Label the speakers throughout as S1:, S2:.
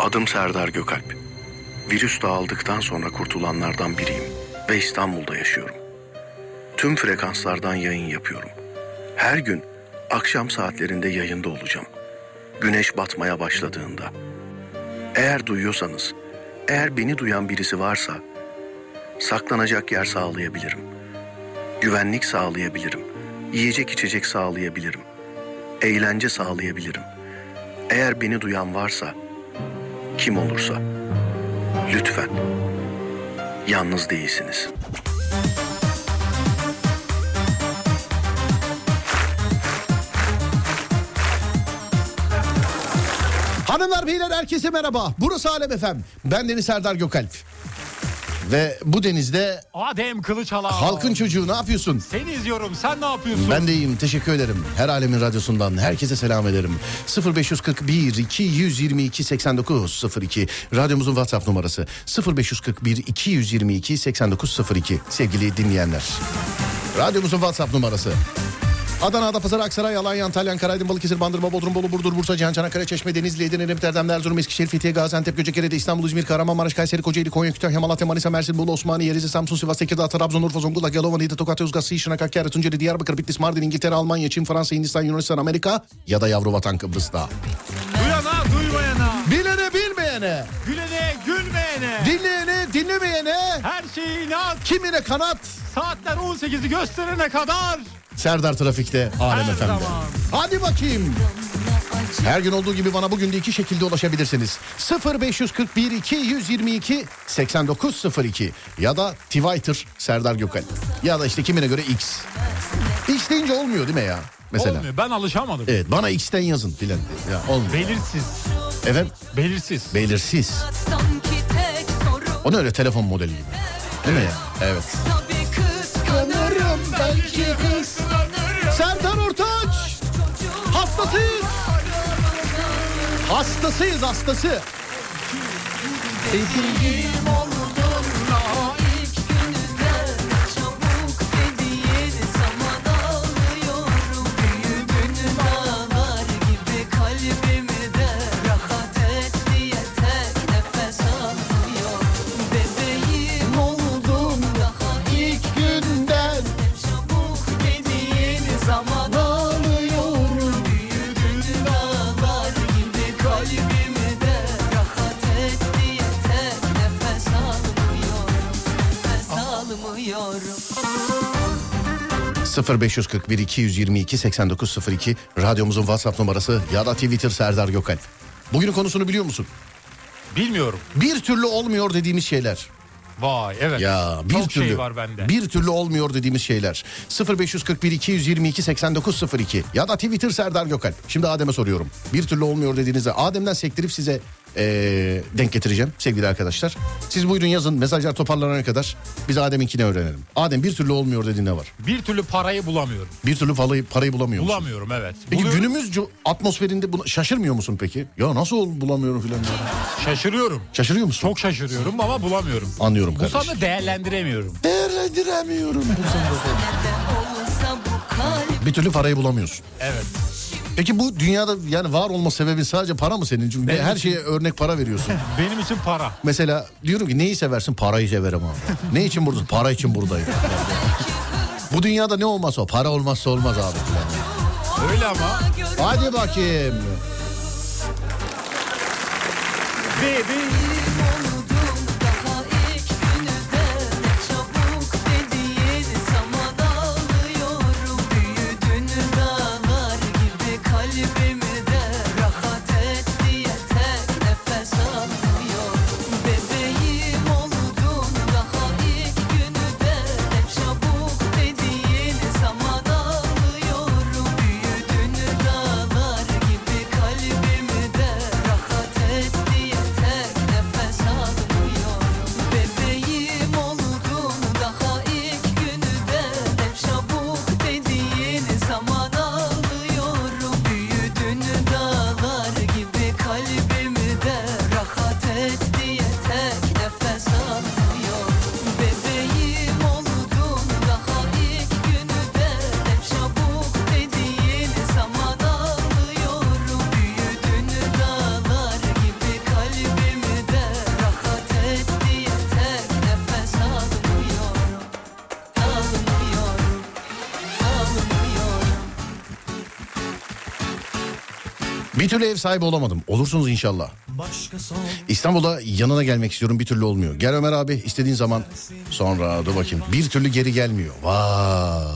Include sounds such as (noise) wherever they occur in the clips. S1: Adım Serdar Gökalp. Virüs dağıldıktan sonra kurtulanlardan biriyim ve İstanbul'da yaşıyorum. Tüm frekanslardan yayın yapıyorum. Her gün akşam saatlerinde yayında olacağım. Güneş batmaya başladığında. Eğer duyuyorsanız, eğer beni duyan birisi varsa saklanacak yer sağlayabilirim. Güvenlik sağlayabilirim. Yiyecek içecek sağlayabilirim. Eğlence sağlayabilirim. Eğer beni duyan varsa kim olursa lütfen yalnız değilsiniz.
S2: Hanımlar beyler herkese merhaba. Burası Alem Efem. Ben Deniz Serdar Gökalp. Ve bu denizde
S3: Adem Kılıçalan.
S2: halkın çocuğu ne yapıyorsun?
S3: Seni izliyorum sen ne yapıyorsun?
S2: Ben de iyiyim teşekkür ederim. Her alemin radyosundan herkese selam ederim. 0541 222 8902 radyomuzun WhatsApp numarası 0541 222 8902 sevgili dinleyenler. Radyomuzun WhatsApp numarası. Adana, Adapazarı, Aksaray, Alanya, Antalya, Ankara, Aydın, Balıkesir, Bandırma, Bodrum, Bolu, Burdur, Bursa, Cihan, Çanakkale, Çeşme, Denizli, Edirne, Edremit, Erdemli, Erzurum, Eskişehir, Fethiye, Gaziantep, Göcekere'de, İstanbul, İzmir, Kahramanmaraş, Kayseri, Kocaeli, Konya, Kütahya, Malatya, Manisa, Mersin, Bolu, Osmaniye, Rize, Samsun, Sivas, Tekirdağ, Trabzon, Urfa, Zonguldak, Yalova, Niğde, Tokat, Yozgat, Sivas'ın Hakkari, Tunceli, Diyarbakır, Bitlis, Mardin, İngiltere, Almanya, Çin, Fransa, Hindistan, Yunanistan, Amerika ya da yavru vatan Kıbrıs'ta.
S3: Duyana duymayana.
S2: Bilene bilmeyene,
S3: Gülene gülmeyene.
S2: dinleyene dinlemeyene,
S3: Her şeye inat.
S2: kimine kanat.
S3: Saatler 18'i gösterene kadar.
S2: Serdar Trafik'te Alem
S3: Her
S2: Efendi.
S3: zaman.
S2: Hadi bakayım. Her gün olduğu gibi bana bugün de iki şekilde ulaşabilirsiniz. 0541 222 8902 ya da Twitter Serdar Gökal. Ya da işte kimine göre X. X deyince olmuyor değil mi ya? Mesela. E-
S3: Olmuyor ben alışamadım.
S2: Evet bana X'ten yazın filan. Ya olmuyor.
S3: Belirsiz.
S2: Efendim
S3: Belirsiz.
S2: belirsiz.
S4: Sanki tek sorun
S2: O ne öyle telefon modeli gibi. Değil mi ya? Evet.
S4: tabii kıskanırım
S2: belki Serdar Ortaç. Hastasıyız. Hastasıyız hastası.
S4: Sevgilim oldun daha ilk gününden Çabuk dediğin zaman ağlıyorum Büyümünün ağlar gibi kalbimi de Rahat et diye tek nefes alıyorum Bebeğim oldun daha ilk günden Çabuk dediğin zaman ağlıyorum Büyümünün ağlar gibi kalbimi de Rahat et diye tek nefes almıyorum Nefes almıyorum
S2: 0541 222 8902 radyomuzun WhatsApp numarası ya da Twitter Serdar Gökalp. Bugünün konusunu biliyor musun?
S3: Bilmiyorum.
S2: Bir türlü olmuyor dediğimiz şeyler.
S3: Vay evet.
S2: Ya bir
S3: Çok
S2: türlü
S3: şey var bende.
S2: bir türlü olmuyor dediğimiz şeyler. 0541 222 8902 ya da Twitter Serdar Gökalp. Şimdi Adem'e soruyorum. Bir türlü olmuyor dediğinizde Adem'den sektirip size eee, denk getireceğim sevgili arkadaşlar. Siz buyurun yazın mesajlar toparlanana kadar biz Adem'inkini öğrenelim. Adem bir türlü olmuyor dediğin ne var?
S3: Bir türlü parayı bulamıyorum.
S2: Bir türlü parayı, parayı bulamıyor musun?
S3: Bulamıyorum evet.
S2: Peki
S3: Buluyorum,
S2: günümüz co- atmosferinde buna şaşırmıyor musun peki? Ya nasıl ol- bulamıyorum filan. diye.
S3: Şaşırıyorum.
S2: Şaşırıyor musun?
S3: Çok şaşırıyorum ama bulamıyorum.
S2: anlıyorum
S3: Bu
S2: kardeşim.
S3: sana değerlendiremiyorum.
S2: Değerlendiremiyorum. bu sandığı.
S4: Olsa bu kalp
S2: bir türlü parayı bulamıyorsun.
S3: Evet.
S2: Peki bu dünyada yani var olma sebebi sadece para mı senin? Çünkü her şeye örnek para
S3: (laughs)
S2: veriyorsun.
S3: Benim için para.
S2: Mesela diyorum ki neyi seversin? Parayı severim abi. ne için buradasın? Para için
S3: (laughs)
S2: buradayım. bu dünyada ne olmazsa o. Para olmazsa olmaz abi.
S3: Öyle ama.
S2: Hadi bakayım.
S3: Baby.
S4: Oldum daha ilk gününden Çabuk dediğin zaman ağlıyorum Büyüdün dağlar gibi kalbimi de Rahat et diye tek nefes almıyorum Bebeğim oldun daha ilk gününden Çabuk dediğin zaman ağlıyorum Büyüdün dağlar gibi kalbimi de Rahat et diye tek nefes
S2: Bir türlü ev sahibi olamadım. Olursunuz inşallah. İstanbul'a yanına gelmek istiyorum bir türlü olmuyor. Gel Ömer abi istediğin zaman. Sonra dur bakayım bir türlü geri gelmiyor. Vay.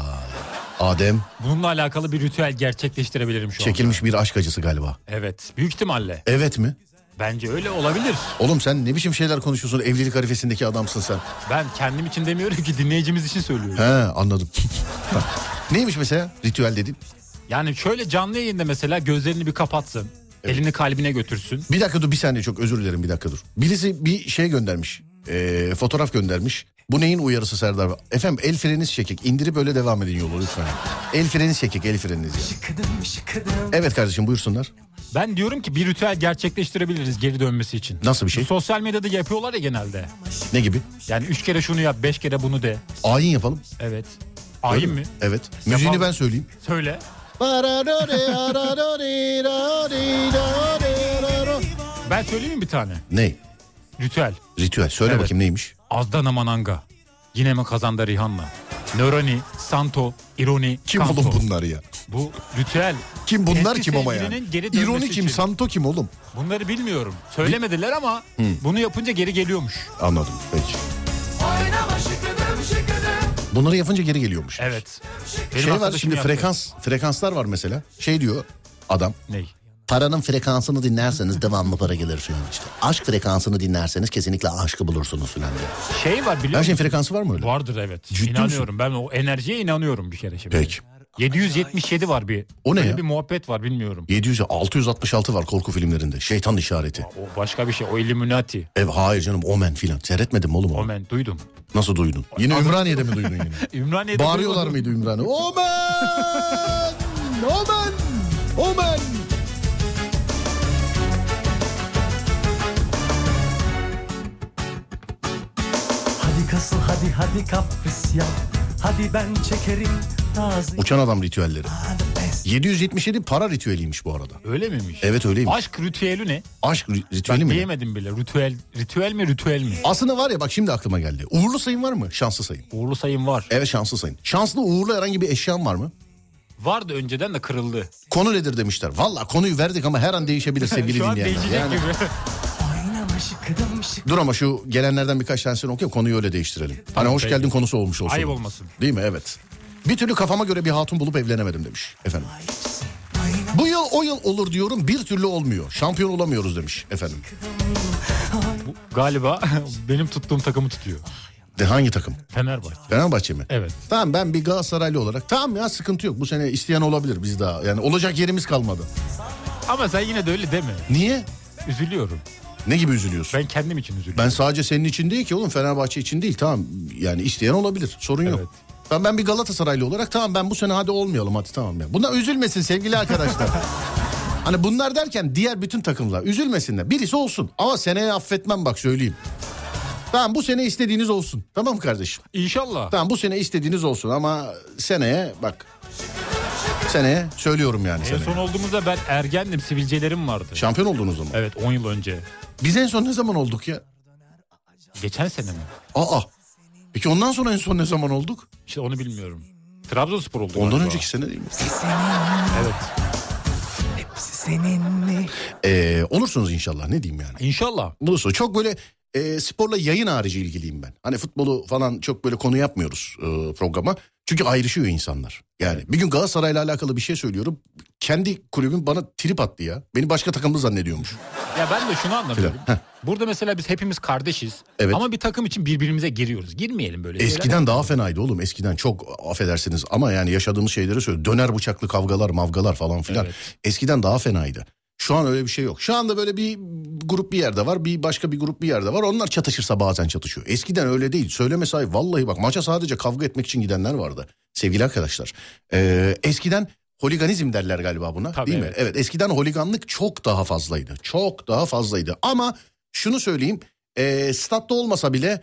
S2: Adem
S3: Bununla alakalı bir ritüel gerçekleştirebilirim şu an.
S2: çekilmiş bir aşk acısı galiba.
S3: Evet. Büyük ihtimalle.
S2: Evet mi?
S3: Bence öyle olabilir.
S2: Oğlum sen ne biçim şeyler konuşuyorsun evlilik harifesindeki adamsın sen.
S3: Ben kendim için demiyorum ki dinleyicimiz için söylüyorum.
S2: He anladım. (laughs) Neymiş mesela ritüel dedin?
S3: Yani şöyle canlı yayında mesela gözlerini bir kapatsın. Elini kalbine götürsün.
S2: Bir dakika dur bir saniye çok özür dilerim bir dakika dur. Birisi bir şey göndermiş. Ee, fotoğraf göndermiş. Bu neyin uyarısı Serdar? Efendim el freniniz çekik. İndirip öyle devam edin yolu lütfen. El freniniz çekik el freniniz ya. Evet kardeşim buyursunlar.
S3: Ben diyorum ki bir ritüel gerçekleştirebiliriz geri dönmesi için.
S2: Nasıl bir şey?
S3: Sosyal medyada yapıyorlar ya genelde.
S2: Ne gibi?
S3: Yani üç kere şunu yap, beş kere bunu de.
S2: Ayin yapalım.
S3: Evet.
S2: Öyle
S3: Ayin mi?
S2: Evet. Müziğini
S3: Yapalım.
S2: ben söyleyeyim.
S3: Söyle. Ben söyleyeyim mi bir tane?
S2: ne?
S3: Ritüel.
S2: Ritüel. Söyle
S3: Evet.
S2: bakayım neymiş?
S3: Azdan Amananga. Yine mi kazandı Rihanna? Nöroni, Santo, İroni,
S2: Kim
S3: Kanto.
S2: oğlum bunlar ya?
S3: Bu ritüel.
S2: Kim bunlar
S3: Eski
S2: kim ama yani?
S3: sevgilinin geri dönmesi
S2: İroni kim?
S3: için.
S2: Santo kim oğlum?
S3: Bunları bilmiyorum. Söylemediler ama bunu yapınca geri geliyormuş.
S2: Anladım. Peki. Bunları yapınca geri geliyormuş.
S3: Evet. Benim
S2: Şey var
S3: arkadaşım
S2: şimdi
S3: yaptı.
S2: frekans frekanslar var mesela. Şey diyor adam.
S3: Ney?
S2: Paranın frekansını dinlerseniz devamlı para gelir falan işte. Aşk frekansını dinlerseniz kesinlikle aşkı bulursunuz falan diyor.
S3: Şey var biliyor
S2: Her şeyin
S3: musun?
S2: frekansı var mı öyle?
S3: Vardır evet.
S2: Ciddi
S3: inanıyorum. Ben o enerjiye inanıyorum bir kere şimdi.
S2: Peki.
S3: 777 var bir.
S2: O ne
S3: Böyle
S2: ya?
S3: bir muhabbet var bilmiyorum.
S2: 700 666 var korku filmlerinde. Şeytan işareti.
S3: O başka bir şey. O Illuminati.
S2: Ev hayır canım Omen filan. Seyretmedin mi oğlum onu?
S3: Omen duydum.
S2: Nasıl duydun? Yine Ümraniye'de mi
S3: (laughs)
S2: duydun yine?
S3: Ümraniye'de
S2: Bağırıyorlar
S3: duymadım.
S2: mıydı Ümran'ı?
S3: (laughs)
S2: Omen! Omen! Omen!
S5: Hadi kasıl hadi hadi kapris yap Hadi ben çekerim razı
S2: Uçan adam ritüelleri.
S5: Hadi best
S2: 777 para ritüeliymiş bu arada.
S3: Öyle miymiş?
S2: Evet öyleymiş. Aşk,
S3: Aşk ritüeli ne?
S2: ri- ritüeli
S3: Ben
S2: mi?
S3: diyemedim bile. Ritüel, ritüel mi ritüel mi?
S2: Aslında var ya bak şimdi aklıma geldi. Uğurlu sayın var mı? Şanslı sayın.
S3: Uğurlu sayım var.
S2: Evet şanslı sayın. Şanslı uğurlu herhangi bir eşyan var mı?
S3: Vardı önceden de kırıldı.
S2: Konu nedir demişler. Valla konuyu verdik ama her an
S3: (laughs)
S2: değişebilir sevgili
S3: Şu an
S2: dinleyenler.
S3: değişecek
S2: Yani-
S3: gibi.
S5: Oynama şıkıdım şık
S2: Dur ama şu gelenlerden birkaç tanesini okuyup konuyu öyle değiştirelim. Hani hoş
S3: peki.
S2: geldin konusu olmuş olsun.
S3: Ayıp olmasın.
S2: Değil mi? Evet. Bir türlü kafama göre bir hatun bulup evlenemedim demiş efendim. Bu yıl o yıl olur diyorum bir türlü olmuyor. Şampiyon olamıyoruz demiş efendim.
S3: Bu Galiba (laughs) benim tuttuğum takımı tutuyor.
S2: De hangi takım?
S3: Fenerbahçe.
S2: Fenerbahçe mi?
S3: Evet.
S2: Tamam ben bir Galatasaraylı olarak tamam ya sıkıntı yok. Bu sene isteyen olabilir biz daha. Yani olacak yerimiz kalmadı.
S3: Ama sen yine de öyle deme.
S2: Niye?
S3: Üzülüyorum.
S2: Ne gibi üzülüyorsun?
S3: Ben kendim için üzülüyorum.
S2: Ben sadece senin için değil ki oğlum Fenerbahçe için değil tamam yani isteyen olabilir sorun
S3: Evet.
S2: yok. Ben, ben bir Galatasaraylı olarak tamam ben bu sene hadi olmayalım hadi tamam ya. Bunlar üzülmesin sevgili arkadaşlar.
S3: (laughs)
S2: hani bunlar derken diğer bütün takımlar üzülmesinler birisi olsun ama seneye affetmem bak söyleyeyim. Tamam bu sene istediğiniz olsun tamam mı kardeşim?
S3: İnşallah.
S2: Tamam bu sene istediğiniz olsun ama seneye bak seneye söylüyorum yani
S3: En
S2: seneye.
S3: son olduğumuzda ben ergendim. Sivilcelerim vardı.
S2: Şampiyon oldunuz o zaman.
S3: Evet 10 yıl önce.
S2: Biz en son ne zaman olduk ya?
S3: Geçen sene mi?
S2: Aa. Peki ondan sonra en son ne zaman olduk?
S3: İşte onu bilmiyorum. Trabzonspor oldu.
S2: Ondan
S3: galiba.
S2: önceki sene değil mi?
S3: Evet.
S5: senin mi?
S2: Ee, olursunuz inşallah ne diyeyim yani.
S3: İnşallah.
S2: Olursunuz. Çok böyle e, sporla yayın harici ilgiliyim ben. Hani futbolu falan çok böyle konu yapmıyoruz e, programa. Çünkü ayrışıyor insanlar. Yani bir gün Galatasaray'la alakalı bir şey söylüyorum. Kendi kulübüm bana trip attı ya. Beni başka takımlı zannediyormuş.
S3: Ya ben de şunu anlamıyorum.
S2: Heh.
S3: Burada mesela biz hepimiz kardeşiz.
S2: Evet.
S3: Ama bir takım için birbirimize giriyoruz. Girmeyelim böyle. şeylere.
S2: Eskiden daha fenaydı oğlum. Eskiden çok affedersiniz ama yani yaşadığımız şeyleri söyle. Döner bıçaklı kavgalar, mavgalar falan filan.
S3: Evet.
S2: Eskiden daha fenaydı. Şu an öyle bir şey yok. Şu anda böyle bir grup bir yerde var, bir başka bir grup bir yerde var. Onlar çatışırsa bazen çatışıyor. Eskiden öyle değil. Söyleme sahibi vallahi bak maça sadece kavga etmek için gidenler vardı. Sevgili arkadaşlar. Ee, eskiden holiganizm derler galiba buna
S3: Tabii,
S2: değil mi?
S3: evet.
S2: Evet eskiden holiganlık çok daha fazlaydı. Çok daha fazlaydı. Ama şunu söyleyeyim. ee, statta olmasa bile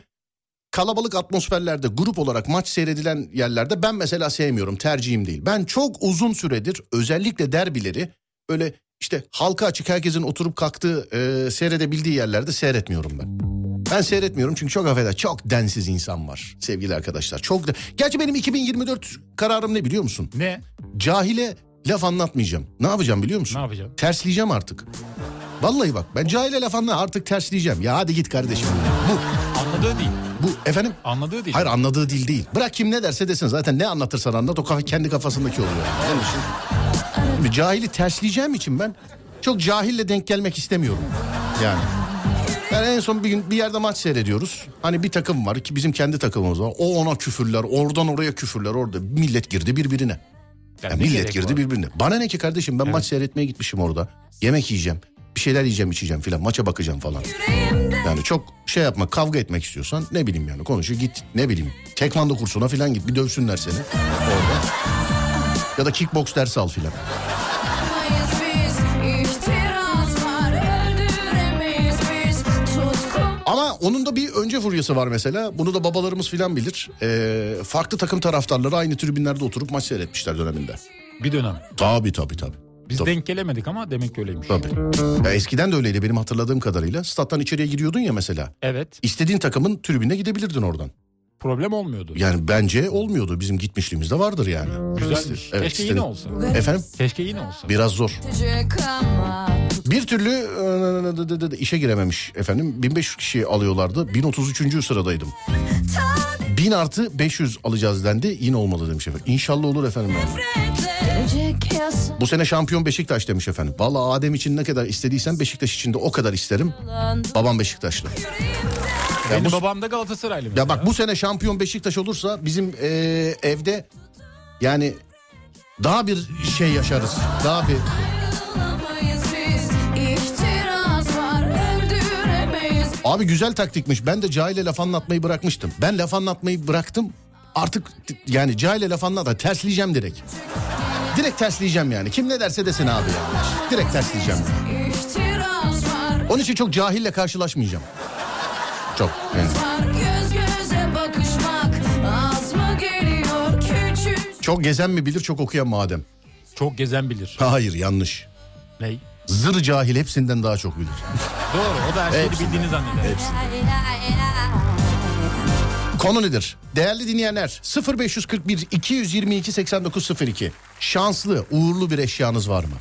S2: kalabalık atmosferlerde grup olarak maç seyredilen yerlerde ben mesela sevmiyorum tercihim değil. Ben çok uzun süredir özellikle derbileri böyle işte halka açık herkesin oturup kalktığı e, seyredebildiği yerlerde seyretmiyorum ben. Ben seyretmiyorum çünkü çok affeder çok densiz insan var sevgili arkadaşlar. Çok da... Gerçi benim 2024 kararım ne biliyor musun?
S3: Ne?
S2: Cahile Laf anlatmayacağım. Ne yapacağım biliyor musun?
S3: Ne yapacağım?
S2: Tersleyeceğim artık. Vallahi bak ben cahile laf anla artık tersleyeceğim. Ya hadi git kardeşim. Bu,
S3: Anladığı değil.
S2: bu efendim?
S3: Anladığı değil.
S2: Hayır anladığı dil değil. Bırak kim ne derse desin zaten ne anlatırsan anlat o kafa kendi kafasındaki oluyor. Yani şimdi- Bir cahili tersleyeceğim için ben çok cahille denk gelmek istemiyorum. Yani. Ben en son bir gün bir yerde maç seyrediyoruz. Hani bir takım var ki bizim kendi takımımız var. O ona küfürler, oradan oraya küfürler orada. Millet girdi birbirine.
S3: Yani
S2: Ya
S3: ne
S2: millet
S3: gerek
S2: girdi
S3: var?
S2: birbirine. Bana ne ki kardeşim ben maç seyretmeye gitmişim orada. Yemek yiyeceğim. Bir şeyler yiyeceğim içeceğim filan. Maça bakacağım falan. Yani çok şey yapma kavga etmek istiyorsan ne bileyim yani konuşu git ne bileyim. Tekvando kursuna filan git bir dövsünler seni orada. Ya da kickbox dersi al filan.
S4: Yapamayız biz İhtiras var öldüremeyiz biz Tutku
S2: Ama onun da bir önce furyası var mesela. Bunu da babalarımız filan bilir. Ee, farklı takım taraftarları aynı tribünlerde oturup maç seyretmişler döneminde.
S3: Bir dönem.
S2: Tabii tabii tabii.
S3: Biz
S2: Tabii.
S3: denk gelemedik ama demek ki öyleymiş.
S2: Tabii. Ya eskiden de öyleydi benim hatırladığım kadarıyla. Stat'tan içeriye giriyordun ya mesela.
S3: Evet.
S2: İstediğin takımın tribüne gidebilirdin oradan.
S3: Problem olmuyordu.
S2: Yani bence olmuyordu. Bizim gitmişliğimiz de vardır yani.
S3: Güzelmiş.
S2: Evet,
S3: Keşke
S2: istedim.
S3: yine olsa.
S2: Efendim?
S3: Keşke yine olsa.
S2: Biraz zor.
S4: Tutacak ama
S2: Bir türlü e, d- d- d- işe girememiş efendim. 1500 kişi alıyorlardı. 1033. sıradaydım. 1000 artı 500 alacağız dendi. Yine olmadı demiş efendim. İnşallah olur efendim.
S4: Tutacak
S2: Bu sene şampiyon Beşiktaş demiş efendim. Valla Adem için ne kadar istediysen Beşiktaş için de o kadar isterim.
S4: yasalan
S2: Babam Beşiktaşlı.
S3: Benim
S2: bu-
S3: babam da Galatasaraylı mesela.
S2: Ya bak bu sene şampiyon Beşiktaş olursa bizim e, evde yani daha bir şey yaşarız. Daha bir
S4: Ayrılamayız biz İhtiras var öldüremeyiz
S2: Abi güzel taktikmiş. Ben de cahile laf anlatmayı bırakmıştım. Ben laf anlatmayı bıraktım. Artık t- yani cahile laf anlatma tersleyeceğim direkt. Direkt tersleyeceğim yani. Kim ne derse desin abi yani. Direkt tersleyeceğim.
S4: İhtiras var
S2: Onun için çok cahille karşılaşmayacağım. Çok. yani.
S4: var Göz göze bakışmak Az mı geliyor küçük
S2: Çok gezen mi bilir çok okuyan mı Adem?
S3: Çok gezen bilir.
S2: Hayır yanlış.
S3: Ney?
S2: Zır cahil hepsinden daha çok bilir.
S3: Doğru. O da her şeyi
S2: Hepsinden.
S3: bildiğini zanneder.
S2: Konu nedir? Değerli dinleyenler 0541 222 8902 şanslı uğurlu bir eşyanız var mı?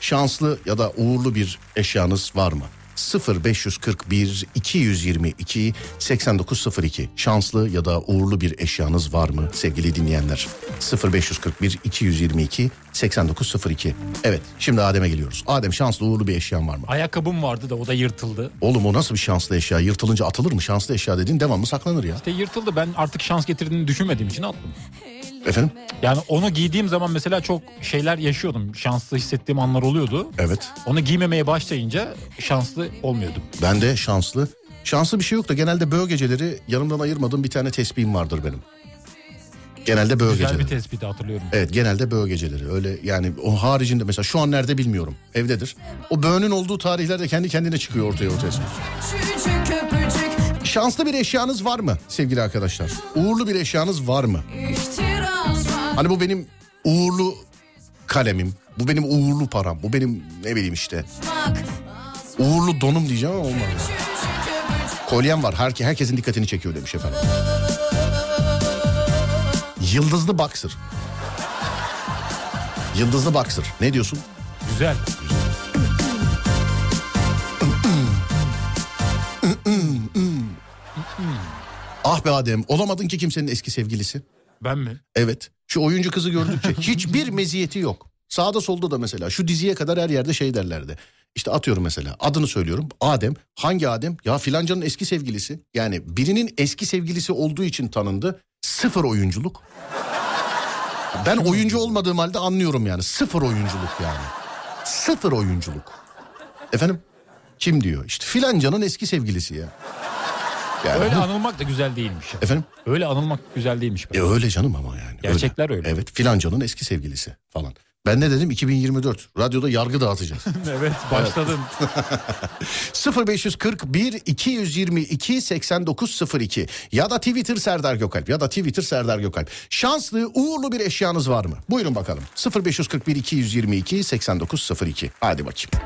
S2: Şanslı ya da uğurlu bir eşyanız var mı? 0541 222 8902 şanslı ya da uğurlu bir eşyanız var mı sevgili dinleyenler? 0541 222 8902 Evet şimdi Adem'e geliyoruz. Adem şanslı uğurlu bir eşyan var mı?
S3: Ayakkabım vardı da o da yırtıldı.
S2: Oğlum o nasıl bir şanslı eşya? Yırtılınca atılır mı? Şanslı eşya dediğin devamlı saklanır ya.
S3: İşte yırtıldı. Ben artık şans getirdiğini düşünmediğim için attım.
S2: Efendim?
S3: Yani onu giydiğim zaman mesela çok şeyler yaşıyordum. Şanslı hissettiğim anlar oluyordu.
S2: Evet.
S3: Onu giymemeye başlayınca şanslı olmuyordum.
S2: Ben de şanslı. Şanslı bir şey yok da genelde böğ geceleri yanımdan ayırmadığım bir tane tespihim vardır benim. Genelde böğ
S3: Güzel
S2: geceleri.
S3: bir tespiti hatırlıyorum.
S2: Evet genelde böğ geceleri. Öyle yani o haricinde mesela şu an nerede bilmiyorum. Evdedir. O böğünün olduğu tarihlerde kendi kendine çıkıyor ortaya o tespih.
S4: Küçücük öpücük
S2: Şanslı bir eşyanız var mı sevgili arkadaşlar? Uğurlu bir eşyanız var mı?
S4: İhtiras var
S2: Hani bu benim uğurlu kalemim. Bu benim uğurlu param. Bu benim ne bileyim işte.
S4: bak
S2: Uğurlu donum diyeceğim ama olmaz.
S4: Küçücük öpücük
S2: Kolyem var. Herke, herkesin dikkatini çekiyor demiş efendim. Yıldızlı boxer. Yıldızlı boxer. Ne diyorsun?
S3: Güzel.
S2: Ah be Adem olamadın ki kimsenin eski sevgilisi.
S3: Ben mi?
S2: Evet. Şu oyuncu kızı gördükçe hiçbir meziyeti yok. Sağda solda da mesela şu diziye kadar her yerde şey derlerdi. İşte atıyorum mesela adını söylüyorum. Adem hangi Adem? Ya filancanın eski sevgilisi. Yani birinin eski sevgilisi olduğu için tanındı. Sıfır oyunculuk. Ben oyuncu olmadığım halde anlıyorum yani. Sıfır oyunculuk yani. Sıfır oyunculuk. Efendim? Kim diyor? İşte filancanın eski sevgilisi ya. Yani
S3: Öyle
S2: bu-
S3: anılmak da güzel değilmiş. ya.
S2: Efendim?
S3: Öyle anılmak güzel değilmiş. be.
S2: E öyle canım ama yani.
S3: Gerçekler öyle.
S2: Evet filancanın eski sevgilisi falan. Ben ne dedim 2024 radyoda yargı
S3: (laughs)
S2: dağıtacağız.
S3: evet başladın.
S2: 0541 222 8902 ya da Twitter Serdar Gökalp ya da Twitter Serdar Gökalp. Şanslı uğurlu bir eşyanız var mı? Buyurun bakalım 0541 222 8902 hadi bakayım.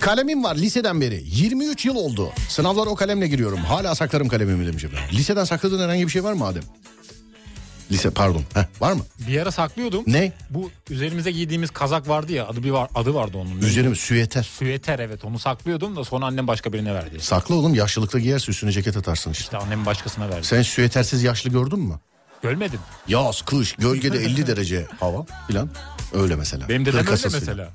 S2: Kalemim var liseden beri. 23 yıl oldu. Sınavlara o kalemle giriyorum. Hala saklarım kalemimi demiş efendim. Liseden sakladığın herhangi bir şey var mı Adem? Lise pardon. Heh, var mı?
S3: Bir yere saklıyordum.
S2: Ne?
S3: Bu üzerimize giydiğimiz kazak vardı ya adı bir var adı vardı onun.
S2: Üzerime süyeter.
S3: Süveter evet onu saklıyordum da sonra annem başka birine verdi.
S2: Sakla oğlum yaşlılıkta giyerse üstüne ceket atarsın işte.
S3: İşte annem başkasına verdi.
S2: Sen süyetersiz yaşlı gördün mü?
S3: Görmedim.
S2: Yaz, kış, gölgede 50 derece hava filan. Öyle mesela.
S3: Benim dedem öyle
S2: Hırkasız filan.
S3: mesela.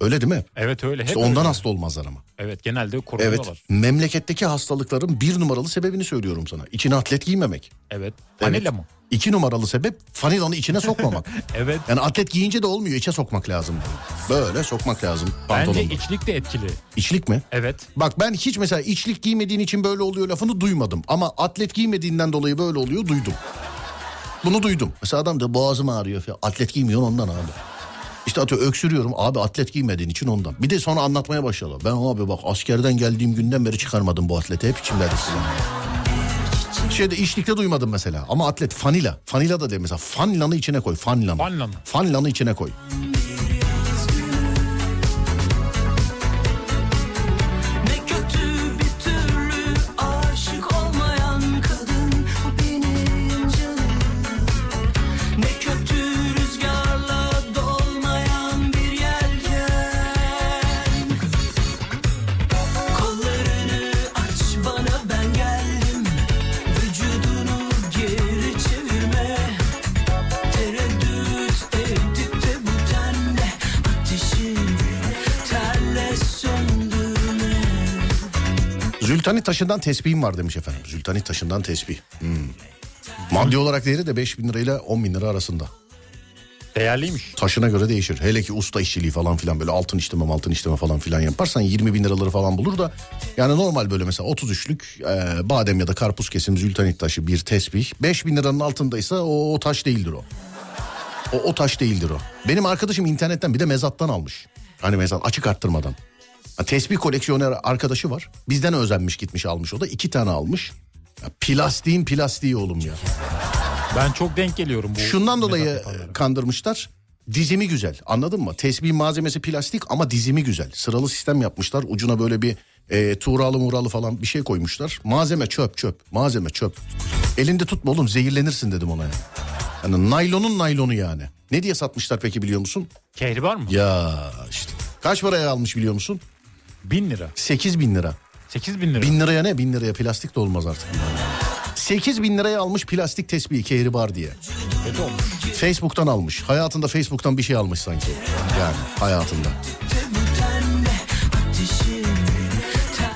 S2: Öyle değil mi?
S3: Evet öyle. Hep
S2: İşte ondan
S3: öyle.
S2: hasta olmazlar ama.
S3: Evet genelde
S2: Evet.
S3: korunuyorlar. Evet.
S2: Memleketteki hastalıkların bir numaralı sebebini söylüyorum sana. İçine atlet giymemek.
S3: evet. Vanilla mı?
S2: İki numaralı sebep fanilanı içine sokmamak.
S3: (laughs) Evet.
S2: yani atlet giyince de olmuyor içe sokmak lazım. Böyle sokmak lazım
S3: Bence
S2: pantolonu.
S3: içlik de etkili.
S2: İçlik mi?
S3: Evet.
S2: Bak ben hiç mesela içlik giymediğin için böyle oluyor lafını duymadım. Ama atlet giymediğinden dolayı böyle oluyor duydum. Bunu duydum. Mesela adam da boğazım ağrıyor falan. Atlet giymiyorsun ondan abi. İşte atıyor öksürüyorum abi atlet giymediğin için ondan. Bir de sonra anlatmaya başladı. Ben abi bak askerden geldiğim günden beri çıkarmadım bu atleti. Hep içimdeydi sizin. Şeyde içlikte duymadım mesela ama atlet fanila. Fanila da de mesela fanlanı içine koy fanlanı.
S3: Fanlanı.
S2: Fanlanı içine koy.
S6: Ne kötü bir türlü aşık olmayan kadın bu benim canım. Ne kötü rüzgarla dolmayan bir yelken. Kollarını aç bana ben geldim. Vücudunu geri çevirme. Tereddüt edip de bu denli ateşi terle söndürme.
S2: Zültani taşından tesbihim var demiş efendim. Zültani taşından tesbih. Hmm. Maddi olarak değeri de 5 bin lirayla 10 bin lira arasında.
S3: Değerliymiş.
S2: Taşına göre değişir. Hele ki usta işçiliği falan filan böyle altın işleme altın işleme falan filan yaparsan 20 bin liraları falan bulur da yani normal böyle mesela 33'lük e, badem ya da karpuz kesim zültanit taşı bir tesbih 5 bin liranın altındaysa o, o taş değildir o. o. O taş değildir o. Benim arkadaşım internetten bir de mezattan almış. Hani mezat açık arttırmadan. Ha, tesbih koleksiyoner arkadaşı var. Bizden özenmiş gitmiş almış o da iki tane almış. Ya, plastiğin plastiği oğlum ya.
S3: Ben çok denk geliyorum bu.
S2: Şundan dolayı
S3: mezat yapanlara.
S2: kandırmışlar. Dizimi güzel anladın mı? Tesbih malzemesi plastik ama dizimi güzel. Sıralı sistem yapmışlar. Ucuna böyle bir e, tuğralı muğralı falan bir şey koymuşlar. Malzeme çöp çöp. Malzeme çöp. Elinde tutma oğlum zehirlenirsin dedim ona. Yani, yani naylonun naylonu yani. Ne diye satmışlar peki biliyor musun?
S3: Kehribar mı?
S2: Ya işte. Kaç paraya almış biliyor musun?
S3: Bin lira.
S2: 8 bin lira.
S3: Sekiz bin lira.
S2: Bin liraya ne? Bin liraya plastik de olmaz artık. 8 bin liraya almış plastik tesbih kehribar diye.
S3: Kötü olmuş.
S2: Facebook'tan almış. Hayatında Facebook'tan bir şey almış sanki. Yani hayatında.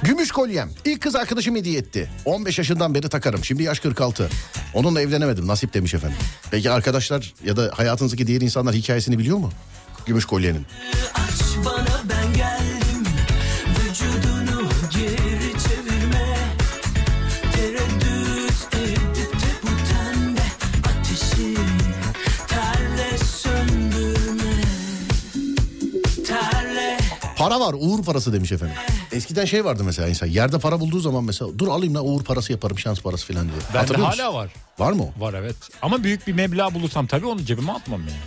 S2: Gümüş kolyem. İlk kız arkadaşım hediye etti. 15 yaşından beri takarım. Şimdi yaş 46. Onunla evlenemedim. Nasip demiş efendim. Peki arkadaşlar ya da hayatınızdaki diğer insanlar hikayesini biliyor mu? Gümüş kolyenin.
S6: Aç bana ben geldim Vücudunu geri çevirme Tereddüt edip de bu tende Ateşi terle söndürme Terle
S2: Para var uğur parası demiş efendim. Eskiden şey vardı mesela insan yerde para bulduğu zaman mesela dur alayım lan uğur parası yaparım şans parası falan diye.
S3: Bende
S2: Hatırlıyor musun?
S3: hala var.
S2: Var mı o?
S3: Var evet. Ama büyük bir meblağ bulursam tabii onu cebime atmam yani.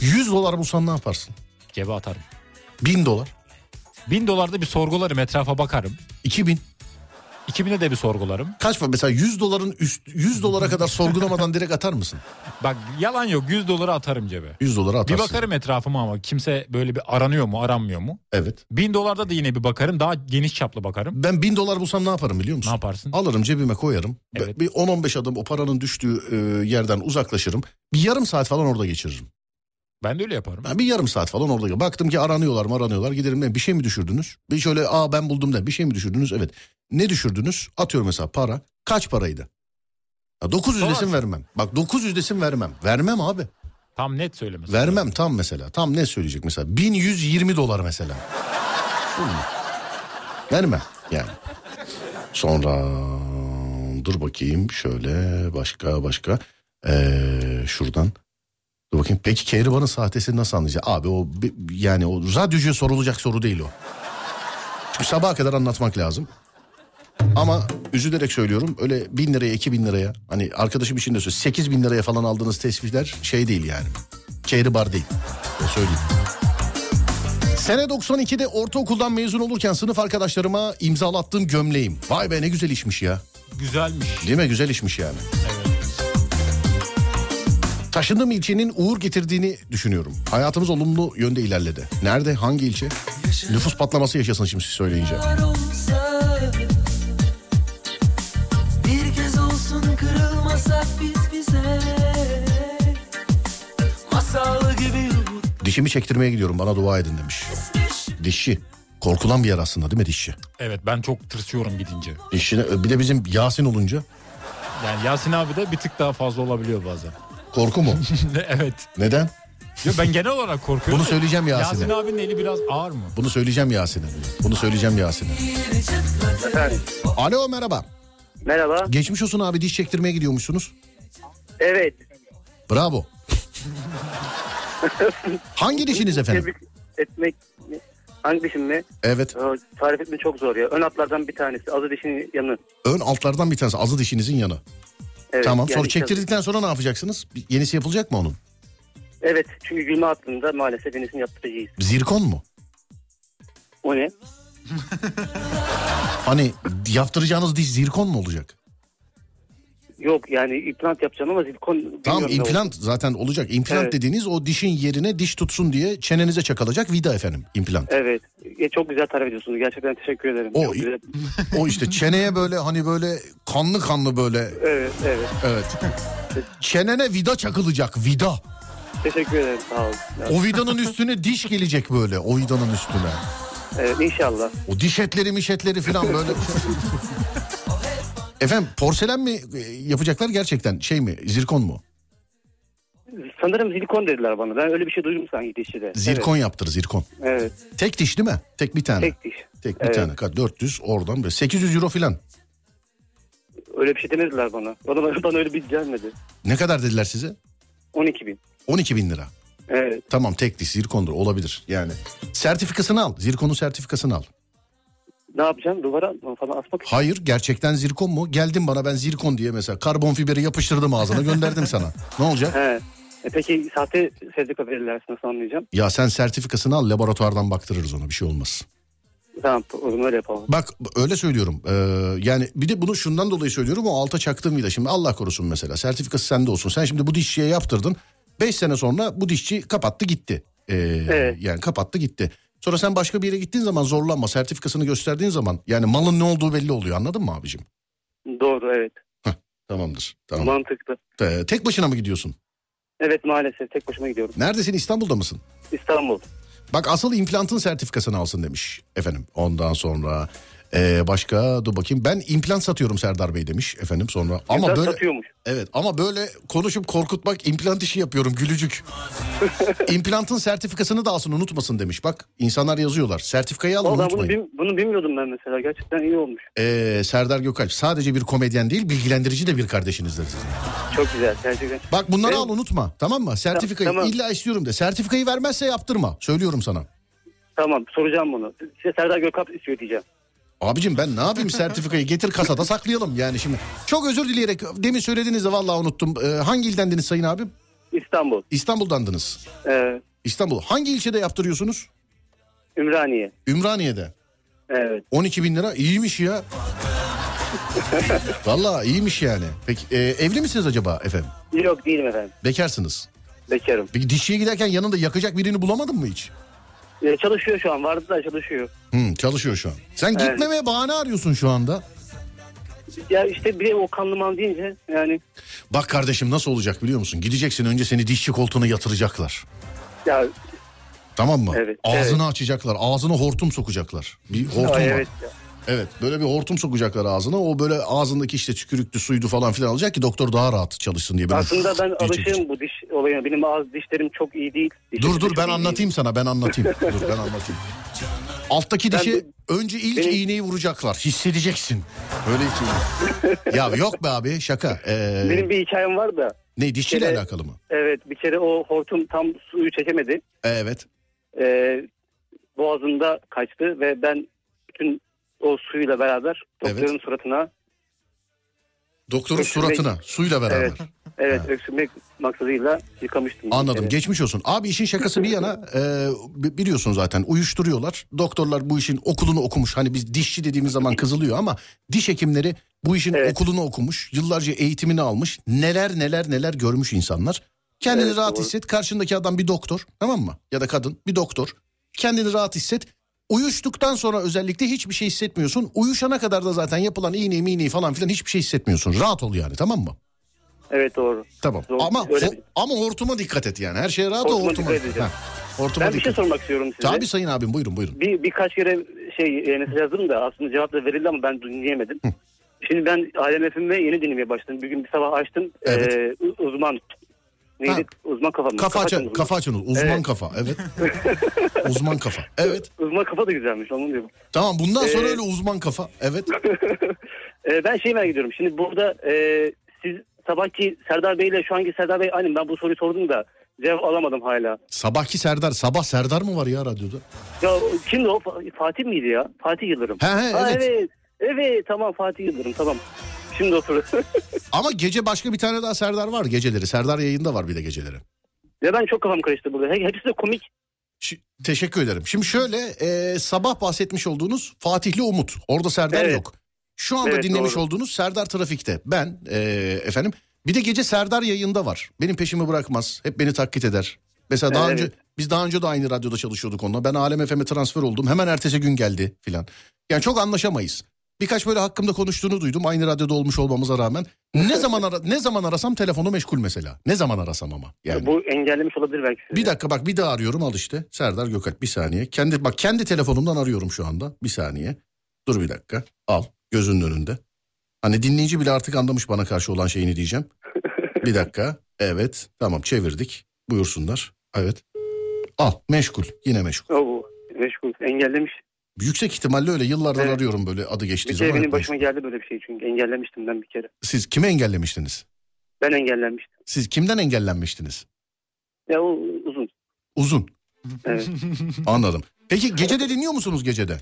S2: 100 dolar bulsan ne yaparsın?
S3: Cebe atarım.
S2: 1000 dolar,
S3: Bin dolarda bir sorgularım etrafa bakarım.
S2: 2000
S3: İki bine de bir sorgularım.
S2: Kaç var mesela 100 doların üst 100 dolara kadar sorgulamadan direkt atar mısın?
S3: Bak yalan yok 100 doları atarım cebe.
S2: 100 dolara atarsın.
S3: Bir bakarım etrafıma ama kimse böyle bir aranıyor mu aranmıyor mu?
S2: Evet.
S3: Bin dolarda da yine bir bakarım daha geniş çaplı bakarım.
S2: Ben 1000 dolar bulsam ne yaparım biliyor musun?
S3: Ne yaparsın?
S2: Alırım cebime koyarım. Be-
S3: Evet.
S2: Bir 10-15 adım o paranın düştüğü e, yerden uzaklaşırım. Bir yarım saat falan orada geçiririm.
S3: Ben de öyle yaparım.
S2: Ben bir yarım saat falan orada geçiririm. Baktım ki aranıyorlar mı aranıyorlar. Giderim ben bir şey mi düşürdünüz? Bir şöyle aa ben buldum de bir şey mi düşürdünüz? Evet. Ne düşürdünüz? Atıyorum mesela para. Kaç paraydı? Ya 900 desin
S3: Sorarsın.
S2: vermem. Bak 900 desin vermem. Vermem abi.
S3: Tam net söylemesi.
S2: Vermem tam mesela. Tam ne söyleyecek mesela? 1120 dolar mesela. Değil mi? Vermem yani. Sonra dur bakayım şöyle başka başka Ee, şuradan. Dur bakayım peki Kehriban'ın sahtesini nasıl anlayacak? Abi o bi- yani o radyocuya sorulacak soru değil o. Çünkü sabaha kadar anlatmak lazım. Ama üzülerek söylüyorum öyle bin liraya iki bin liraya hani arkadaşım için de söylüyorum sekiz bin liraya falan aldığınız tespitler şey değil yani. Kehribar değil. O söyleyeyim. Sene 92'de ortaokuldan mezun olurken sınıf arkadaşlarıma imzalattığım gömleğim. Vay be ne güzel işmiş ya.
S3: Güzelmiş.
S2: Değil mi? Güzel işmiş yani. Taşındığım ilçenin uğur getirdiğini düşünüyorum. Hayatımız olumlu yönde ilerledi. Nerede? Hangi ilçe? Nüfus patlaması yaşasın şimdi siz söyleyince.
S6: Var olsa Bir kez olsun kırılmasak biz bize Masal gibi
S2: Dişimi çektirmeye gidiyorum bana dua edin demiş.
S6: uçmuş
S2: Dişi. Korkulan bir yer aslında değil mi dişi?
S3: Evet ben çok tırsıyorum gidince.
S2: Dişi bir de bizim Yasin olunca
S3: Yani Yasin abi de bir tık daha fazla olabiliyor bazen. (laughs)
S2: korku
S7: (laughs)
S2: mu?
S3: evet.
S2: Neden?
S3: Yo, ben genel olarak korkuyorum.
S2: Bunu söyleyeceğim Yasin'e.
S3: Yasin abinin eli biraz ağır mı?
S2: Bunu söyleyeceğim Yasin'e. Bunu söyleyeceğim Yasin'e. Alo merhaba.
S7: Merhaba.
S2: Geçmiş olsun abi diş çektirmeye gidiyormuşsunuz.
S7: Evet.
S2: Bravo. Hangi dişiniz efendim?
S7: Tebrik etmek mi? hangi dişim mi?
S2: Evet.
S7: Ee, Tarif etmek çok zor ya. Ön atlardan bir tanesi. Azı dişinin yanı.
S2: Ön altlardan bir tanesi azı dişinizin yanı.
S7: Evet,
S2: tamam.
S7: yani
S2: sonra
S7: iki azı-
S2: çektirdikten sonra ne yapacaksınız? Bir- Yenisi yapılacak mı onun?
S7: Evet. Çünkü gülme hattında maalesef yenisini yaptıracağız.
S2: Zirkon mu?
S7: O ne?
S2: Hani yaptıracağınız diş zirkon mu olacak?
S7: Yok yani implant yapacağım ama silikon...
S2: Tamam
S7: bilmiyorum ne
S2: implant zaten olacak. İmplant
S7: Evet.
S2: dediğiniz o dişin yerine diş tutsun diye çenenize çakılacak vida efendim implant.
S7: oldu. Evet. Ya, çok güzel tarif ediyorsunuz. Gerçekten teşekkür ederim.
S2: O-
S7: Çok güzel.
S2: O işte çeneye böyle hani böyle kanlı kanlı böyle
S7: Evet, evet.
S2: evet. Çenene vida çakılacak vida.
S7: Teşekkür ederim. Sağ olun. Evet,
S2: O vidanın üstüne diş gelecek böyle o vidanın üstüne.
S7: Evet, inşallah.
S2: O diş etleri miş etleri falan böyle. Efendim porselen mi e, yapacaklar gerçekten şey mi zirkon mu?
S7: Sanırım silikon dediler bana. Ben öyle bir şey duydum sanki dişide.
S2: Zirkon yaptır zirkon.
S7: Evet. evet.
S2: Tek diş değil mi? Tek bir tane. Tek,
S7: Tek diş.
S2: bir
S7: Evet.
S2: tane. Ka- 400 oradan böyle 800 euro falan.
S7: Öyle bir şey demediler bana. Bana, (laughs) bana öyle bir şey gelmedi.
S2: Ne kadar dediler size?
S7: 12 bin.
S2: 12 bin lira.
S7: Evet.
S2: Tamam tek diş zirkondur olabilir yani. Sertifikasını al. Zirkonun sertifikasını al.
S7: Ne yapacağım? Duvara falan asmak için.
S2: Hayır gerçekten zirkon mu? Geldin bana ben zirkon diye mesela karbon fiberi yapıştırdım ağzına gönderdim sana. Ne olacak?
S7: He. E peki sahte sertifika verirlerse nasıl anlayacağım?
S2: Ya sen sertifikasını al laboratuvardan baktırırız ona bir şey olmaz.
S7: Tamam o zaman öyle yapalım.
S2: Bak öyle söylüyorum. Ee, yani bir de bunu şundan dolayı söylüyorum. O alta çaktığım vida şimdi Allah korusun mesela. Sertifikası sende olsun. Sen şimdi bu dişçiye yaptırdın. 5 sene sonra bu dişçi kapattı gitti. Ee,
S7: Evet.
S2: Yani kapattı gitti. Sonra sen başka bir yere gittiğin zaman zorlanma. Sertifikasını gösterdiğin zaman yani malın ne olduğu belli oluyor. Anladın mı abicim?
S7: Doğru evet.
S2: Tamamdır. Tamam.
S7: Mantıklı.
S2: Ee, tek başına mı gidiyorsun?
S7: Evet maalesef tek başıma gidiyorum.
S2: Neredesin? İstanbul'da mısın?
S7: İstanbul.
S2: Bak asıl implantın sertifikasını alsın demiş efendim. Ondan sonra ee, başka dur bakayım. Ben implant satıyorum Serdar Bey demiş efendim sonra. Ama
S7: Ama
S2: böyle
S7: satıyormuş.
S2: Evet ama böyle konuşup korkutmak implant işi yapıyorum
S7: (laughs)
S2: gülücük. İmplantın sertifikasını da alsın unutmasın demiş. Bak insanlar yazıyorlar. Sertifikayı alın
S7: Vallahi bunu,
S2: unutmayın.
S7: bil- bunu bilmiyordum ben mesela. Gerçekten iyi olmuş.
S2: Ee, Serdar Gökalp sadece bir komedyen değil bilgilendirici de bir kardeşinizdir. sizin.
S7: Çok güzel gerçekten.
S2: Bak bunları
S7: Ben-
S2: al unutma tamam mı? Sertifikayı
S7: tamam.
S2: illa istiyorum de. Sertifikayı vermezse yaptırma. Söylüyorum sana.
S7: Tamam soracağım bunu. Size Serdar Gökalp istiyor diyeceğim.
S2: Abicim ben ne yapayım sertifikayı getir
S7: (laughs)
S2: kasada saklayalım yani şimdi. Çok özür dileyerek demin söylediğinizi vallahi unuttum. Ee, hangi ildendiniz sayın abim?
S7: İstanbul.
S2: İstanbul'dandınız.
S7: Ee,
S2: İstanbul. Hangi ilçede yaptırıyorsunuz?
S7: Ümraniye.
S2: Ümraniye'de.
S7: Evet.
S2: 12 bin lira iyiymiş ya. Valla iyiymiş yani. Peki e, evli misiniz acaba efendim?
S7: Yok değilim efendim.
S2: Bekarsınız.
S7: Bekarım.
S2: Peki dişçiye giderken yanında yakacak birini bulamadın mı hiç?
S7: Ee, çalışıyor şu an. Vardı da çalışıyor.
S2: Hı, çalışıyor şu an. Sen
S7: Evet.
S2: gitmemeye bahane arıyorsun şu anda.
S7: Ya işte bir de o kanlı man deyince yani
S2: Bak kardeşim nasıl olacak biliyor musun? Gideceksin önce seni dişçi koltuğuna yatıracaklar.
S7: ya
S2: Tamam mı?
S7: Evet,
S2: Ağzını açacaklar. Ağzına hortum sokacaklar. Bir hortum var.
S7: ay,
S2: Evet.
S7: evet ya.
S2: böyle bir hortum sokacaklar ağzına. O böyle ağzındaki işte tükürüktü suydu falan filan alacak ki doktor daha rahat çalışsın diye. Böyle
S7: Aslında ben
S2: diyecek. şey
S7: alışığım bu diş olayına. Benim ağız dişlerim çok iyi değil. Dişlerim
S2: Dur dur
S7: çok
S2: ben
S7: iyi
S2: anlatayım sana ben
S7: (laughs)
S2: anlatayım. dur ben anlatayım. Alttaki
S7: Ben
S2: dişi önce ilk
S7: benim-
S2: iğneyi vuracaklar. Hissedeceksin. Öyle ilk iğne. ya yok be abi şaka. Ee,
S7: değil. Benim bir hikayem var da.
S2: ne dişiyle
S7: kere-
S2: alakalı mı?
S7: Evet bir kere o hortum tam suyu çekemedi.
S2: Evet.
S7: Ee, boğazında kaçtı ve ben bütün o suyla beraber doktorun suratına
S2: Doktorun
S7: Öksürmek.
S2: suratına suyla beraber.
S7: Evet. Evet öksürmek maksadıyla yıkamıştım.
S2: Anladım.
S7: Evet.
S2: Geçmiş olsun. Abi işin şakası bir yana e, bi- biliyorsun zaten uyuşturuyorlar. Doktorlar bu işin okulunu okumuş. Hani biz dişçi dediğimiz zaman kızılıyor ama diş hekimleri bu işin
S7: Evet.
S2: okulunu okumuş. Yıllarca eğitimini almış. Neler neler neler görmüş insanlar. Kendini
S7: Evet,
S2: rahat
S7: doğru.
S2: hisset. Karşındaki adam bir doktor tamam mı? Ya da kadın bir doktor. Kendini rahat hisset. Uyuştuktan sonra özellikle hiçbir şey hissetmiyorsun. Uyuşana kadar da zaten yapılan iğne miğneyi falan filan hiçbir şey hissetmiyorsun. Rahat ol yani tamam mı?
S7: Evet doğru.
S2: Tamam.
S7: Zor-
S2: ama
S7: öyle
S2: ho-
S7: bir-
S2: ama hortuma dikkat et yani. Her şeye rahat ol
S7: Hortuma
S2: hortuma.
S7: dikkat edeceğim.
S2: Heh, Hortuma
S7: Ben bir şey
S2: dikkat.
S7: sormak istiyorum size.
S2: Tabii sayın abim buyurun buyurun.
S7: Bir, birkaç kere şey e, mesaj yazdım da aslında cevap da verildi ama ben dinleyemedim. Şimdi ben ALMF'imi yeni dinlemeye başladım. Bir gün bir sabah açtım.
S2: Evet.
S7: Ee, u- uzman. Neydi?
S2: Ha.
S7: Uzman kafa mı?
S2: Kafa
S7: açan
S2: açan,
S7: uzman.
S2: kafa açan ol. Uzman
S7: Evet.
S2: kafa.
S7: (laughs)
S2: Evet. uzman kafa. Evet.
S7: Uzman kafa da güzelmiş onu diyorum.
S2: Tamam bundan sonra
S7: Ee,
S2: öyle uzman kafa. Evet.
S7: Ee, ben şey merak ediyorum. Şimdi burada e, siz sabahki Serdar Bey'le şu anki Serdar Bey aynı. Ben bu soruyu sordum da cevap alamadım hala.
S2: Sabahki Serdar. Sabah Serdar mı var ya radyoda?
S7: Ya kimdi o? Fa- Fatih miydi ya? Fatih Yıldırım.
S2: He, he,
S7: Ha,
S2: evet.
S7: evet. Evet tamam Fatih Yıldırım tamam. Şimdi otur. (laughs)
S2: Ama gece başka bir tane daha Serdar var geceleri. Serdar yayında var bir de geceleri.
S7: ya ben çok kafam karıştı burada. He- Hepsi de komik.
S2: Şi- Teşekkür ederim. Şimdi şöyle e, sabah bahsetmiş olduğunuz Fatihli Umut. Orada Serdar
S7: Evet.
S2: yok. Şu anda
S7: Evet,
S2: dinlemiş
S7: doğru.
S2: olduğunuz Serdar Trafik'te. Ben e, efendim bir de gece Serdar yayında var. Benim peşimi bırakmaz. Hep beni taklit eder. Mesela daha
S7: Evet.
S2: önce biz daha önce de aynı radyoda çalışıyorduk onunla. Ben Alem FM'e transfer oldum. Hemen ertesi gün geldi filan. Yani çok anlaşamayız. Birkaç böyle hakkımda konuştuğunu duydum aynı radyoda olmuş olmamıza rağmen. Ne zaman ara- ne zaman arasam telefonu meşgul mesela. Ne zaman arasam ama. Yani.
S7: Bu engellemiş olabilir belki sizi.
S2: Bir dakika bak bir daha arıyorum al işte. Serdar Gökalp bir saniye. Kendi bak kendi telefonumdan arıyorum şu anda. Bir saniye. Dur bir dakika. Al gözünün önünde. Hani dinleyici bile artık anlamış bana karşı olan şeyini
S7: (laughs)
S2: diyeceğim. Bir dakika. Evet. Tamam çevirdik. Buyursunlar. Evet. Al meşgul. Yine meşgul.
S7: Oo, meşgul. Engellemiş.
S2: Yüksek ihtimalle öyle yıllardan
S7: Evet.
S2: arıyorum böyle adı geçtiği
S7: Bir
S2: zaman.
S7: kere benim
S2: hep
S7: başıma
S2: meşgul.
S7: geldi böyle bir şey çünkü engellemiştim ben bir kere.
S2: Siz kimi engellemiştiniz?
S7: Ben engellenmiştim.
S2: Siz kimden engellenmiştiniz?
S7: Ya o uzun.
S2: Uzun. (laughs)
S7: Evet.
S2: Anladım. Peki gece de dinliyor musunuz gecede?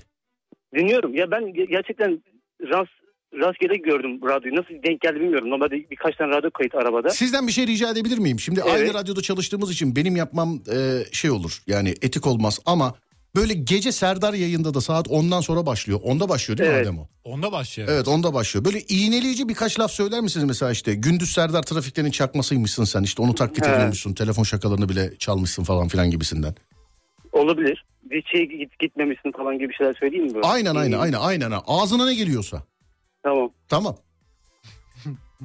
S7: Dinliyorum. Ya ben ge- gerçekten rast, rastgele gördüm radyoyu. Nasıl denk geldi bilmiyorum. Normalde birkaç tane radyo kayıt arabada.
S2: Sizden bir şey rica edebilir miyim? Şimdi
S7: Evet.
S2: aynı radyoda çalıştığımız için benim yapmam e, şey olur. Yani etik olmaz ama böyle gece Serdar yayında da saat 10'dan sonra başlıyor. 10'da başlıyor değil mi
S7: Evet.
S2: Adem o?
S3: Onda başlıyor.
S2: Evet 10'da başlıyor. Böyle iğneleyici birkaç laf söyler misiniz mesela işte gündüz Serdar trafiklerin çakmasıymışsın sen işte onu taklit
S7: He.
S2: ediyormuşsun. Telefon şakalarını bile çalmışsın falan filan gibisinden.
S7: Olabilir. Dişçiye git, gitmemişsin falan gibi şeyler söyleyeyim mi? böyle?
S2: Aynen aynen
S7: İyi,
S2: aynen aynen. Ağzına ne geliyorsa.
S7: Tamam.
S2: Tamam.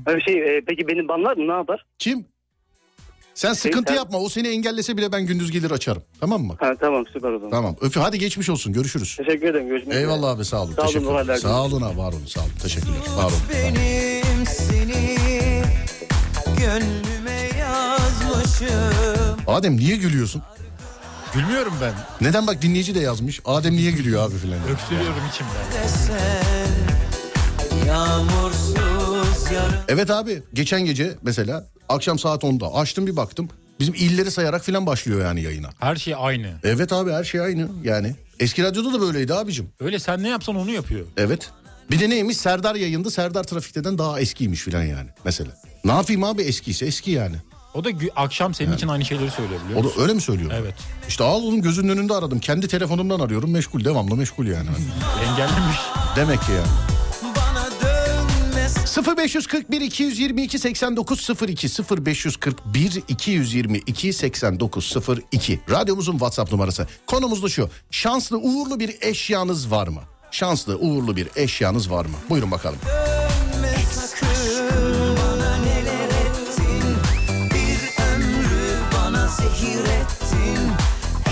S7: Ee, Şey, e, peki beni banlar mı? Ne yapar?
S2: Kim? Sen sıkıntı
S7: sen-
S2: yapma o seni engellese bile ben gündüz gelir açarım. Tamam mı?
S7: Ha, tamam süper o zaman.
S2: Tamam. Öpü hadi geçmiş olsun görüşürüz.
S7: Teşekkür ederim. Görüşmek üzere.
S2: Eyvallah abi sağ olun.
S7: Sağ olun,
S2: Teşekkür ederim.
S7: olaylar
S2: Sağ olun abi var olun sağ olun. Teşekkürler. Var olun.
S6: Tut benim seni Gönlüme yazmışım
S2: Adem niye gülüyorsun?
S3: Gülmüyorum ben.
S2: Neden bak dinleyici de yazmış. Adem niye gülüyor abi filan.
S3: Öksürüyorum içimden.
S6: desen Yağmursuz yarın
S2: Evet abi geçen gece mesela akşam saat 10'da açtım bir baktım. Bizim illeri sayarak filan başlıyor yani yayına.
S3: Her şey aynı.
S2: Evet abi her şey aynı yani. Eski radyoda da böyleydi abicim.
S3: Öyle sen ne yapsan onu yapıyor.
S2: Evet. Bir de neymiş Serdar yayında Serdar Trafik'ten daha eskiymiş filan yani mesela. Ne yapayım abi eskiyse eski yani.
S3: O da gü- akşam senin için aynı şeyleri söylüyor biliyor
S2: O da
S3: musun?
S2: öyle mi söylüyor?
S3: Evet.
S2: İşte al oğlum gözünün önünde aradım. Kendi telefonumdan arıyorum meşgul devamlı meşgul yani. Hani.
S3: Engellemiş.
S2: Demek ki yani.
S6: bana dönme
S2: 0541 222 8902 0541 222 8902 radyomuzun WhatsApp numarası. Konumuz da şu. Şanslı uğurlu bir eşyanız var mı? Şanslı uğurlu bir eşyanız var mı? Buyurun bakalım.
S6: sakın Bana neler ettin Bir ömrü bana zehir ettin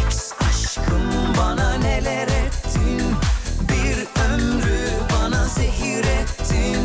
S6: Eks aşkım bana neler ettin Bir ömrü bana zehir ettin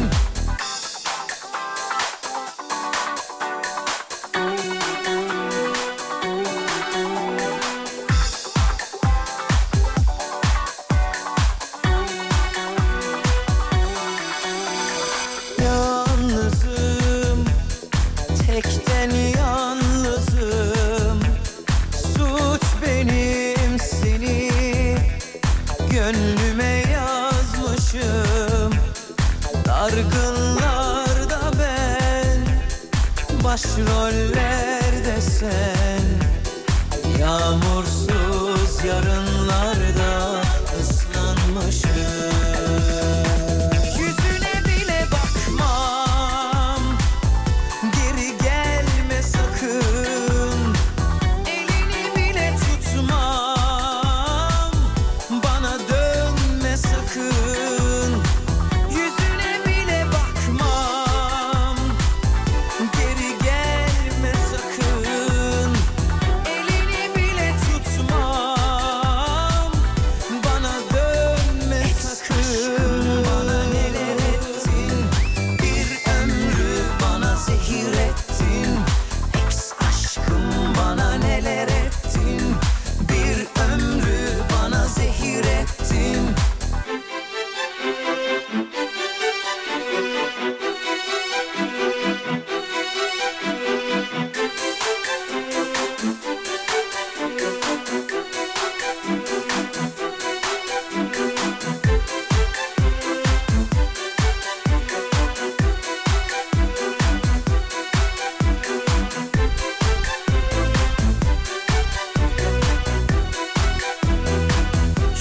S6: rollerde sen Yağmursuz yarınlarda ıslanmışım Yüzüne bile bakmam Geri gelme sakın Elini bile tutmam Bana dönme sakın Yüzüne bile bakmam Geri gelme sakın Elini bile tutmam Bana dönme sakın Bana neler ettin Bir ömrü bana zehir ettin Eks aşkım bana neler ettin Bir ömrü bana zehir ettin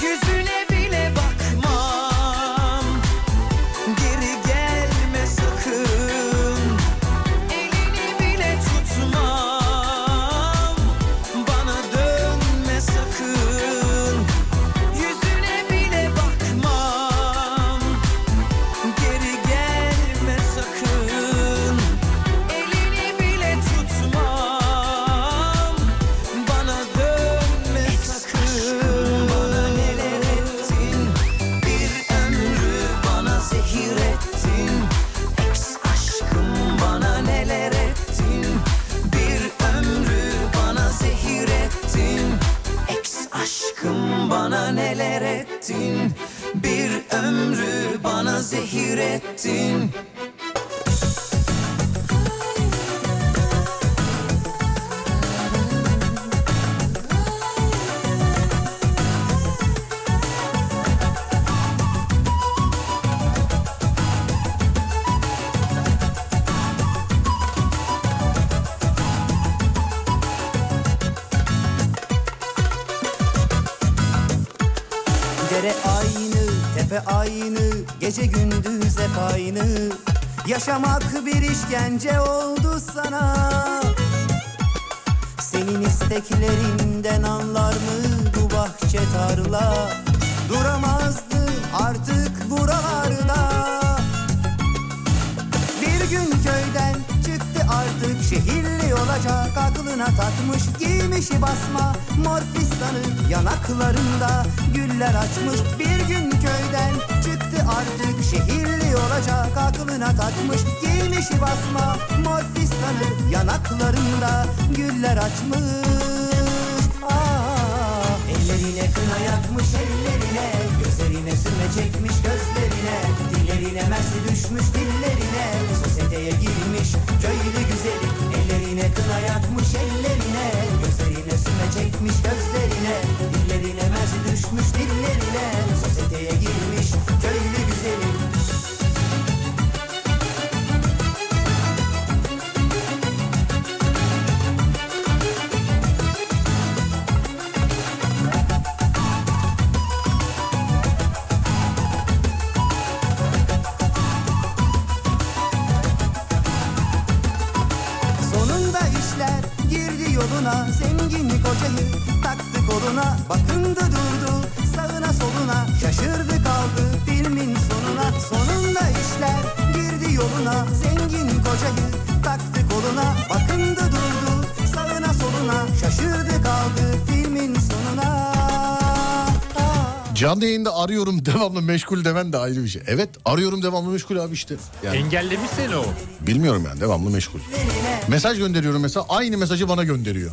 S6: Yüzüne bile bakmam Geri gelme sakın Elini bile tutmam Bana dönme sakın Yüzüne bile bakmam Geri gelme sakın Elini bile tutmam Bana dönme sakın Bana neler ettin Bir ömrü bana zehir ettin Eks aşkım bana neler ettin Bir ömrü bana zehir ettin Eks aşkım bana neler ettin Bir ömrü bana zehir ettin
S8: Dere aynı, tepe aynı, gece gündüz hep aynı. Yaşamak bir işkence oldu sana. Senin isteklerinden anlar mı bu bahçe tarla? Duramazdı artık buralarda. Bir gün köyden çıktı artık şehirli olacak aklına takmış giymişi basma mor fistanı yanaklarında güller açmış bir gün köyden çıktı artık şehirli olacak aklına takmış giymişi basma mor fistanı yanaklarında güller açmış ah, ellerine kına yakmış ellerine gözlerine sürme çekmiş gözlerine dillerine mersi düşmüş dillerine sosyeteye girmiş köylü güzeli ellerine kına yakmış ellerine gözlerine sürme çekmiş gözlerine dillerine mersi düşmüş dillerine sosyeteye girmiş köylü güzeli Sonunda işler girdi yoluna Zenginlik hocayı taktı koluna Bakındı durdu sağına soluna Şaşırdı kaldı filmin sonuna Sonunda işler girdi yoluna Zenginlik hocayı taktı koluna Bakındı durdu sağına soluna Şaşırdı kaldı filmin sonuna Ah.
S2: Canlı yayında arıyorum devamlı meşgul demen de ayrı bir şey. Evet arıyorum devamlı meşgul abi işte. Yani
S3: Engellemiş seni o.
S2: bilmiyorum yani devamlı meşgul. Mesaj gönderiyorum mesela aynı mesajı bana gönderiyor.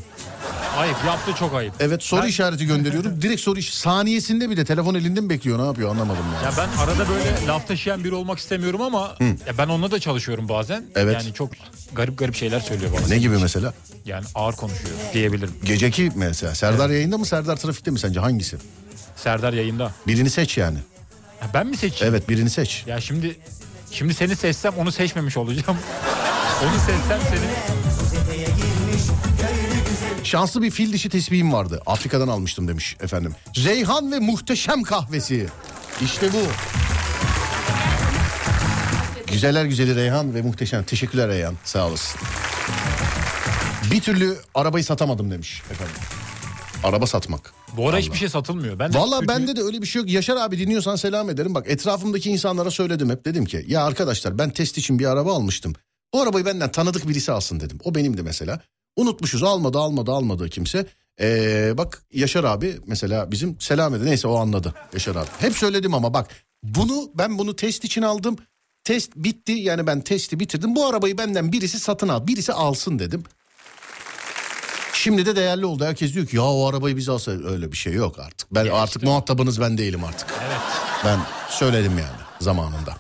S3: Ayıp yaptı çok ayıp.
S2: Evet soru işareti gönderiyorum. Direkt soru iş saniyesinde bile telefon elinde mi bekliyor ne yapıyor anlamadım yani.
S3: Ya ben arada böyle laf taşıyan biri olmak istemiyorum ama ya ben onunla da çalışıyorum bazen.
S2: Evet.
S3: Yani çok garip garip şeyler söylüyor bana.
S2: Ne gibi mesela?
S3: Yani ağır konuşuyor diyebilirim.
S2: Geceki mesela Serdar yayında mı Serdar trafikte mi sence hangisi?
S3: Serdar yayında.
S2: Birini seç yani.
S3: Ya ben mi seçeyim?
S2: Evet birini seç.
S3: Ya (laughs) şimdi şimdi seni seçsem onu seçmemiş olacağım. onu seçsem seni
S2: Şanslı bir fil dişi tesbihim vardı. Afrika'dan almıştım demiş efendim. Reyhan ve muhteşem kahvesi. İşte bu. Güzeller güzeli Reyhan ve muhteşem. Teşekkürler Reyhan. Sağ olasın. Bir türlü arabayı satamadım demiş efendim. Araba satmak.
S3: Bu ara hiçbir şey satılmıyor. Ben de
S2: Valla
S3: üç-
S2: bende de öyle bir şey yok. Yaşar abi dinliyorsan selam ederim. Bak etrafımdaki insanlara söyledim hep. Dedim ki ya arkadaşlar ben test için bir araba almıştım. Bu arabayı benden tanıdık birisi alsın dedim. O benimdi mesela. Unutmuşuz almadı almadı almadı kimse. Ee, bak Yaşar abi mesela bizim selam eder. Neyse o anladı Yaşar abi. Hep söyledim ama bak bunu ben bunu test için aldım. Test bitti yani ben testi bitirdim. Bu arabayı benden birisi satın al. Birisi alsın dedim. Şimdi de değerli oldu. Herkes diyor ki ya o arabayı biz alsa öyle bir şey yok artık. Ben artık muhatabınız ben değilim artık. Ben söyledim yani zamanında.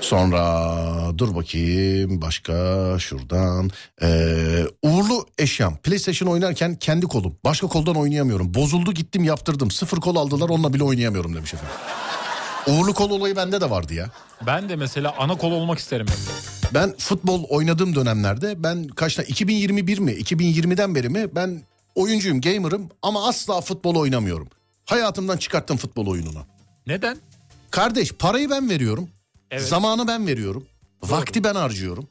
S2: Sonra dur bakayım başka şuradan. Ee, uğurlu eşyam. PlayStation oynarken kendi kolum. Başka koldan oynayamıyorum. Bozuldu gittim yaptırdım. Sıfır kol aldılar onunla bile oynayamıyorum demiş efendim. Uğurlu kol olayı bende de vardı ya.
S3: Ben de mesela ana kol olmak isterim. ben de.
S2: Ben futbol oynadığım dönemlerde ben kaçta 2021 mi 2020'den beri mi ben oyuncuyum gamer'ım ama asla futbol oynamıyorum. Hayatımdan çıkarttım futbol oyununu.
S3: Neden?
S2: Kardeş parayı ben veriyorum.
S3: Evet.
S2: Zamanı ben veriyorum. Vakti ben harcıyorum.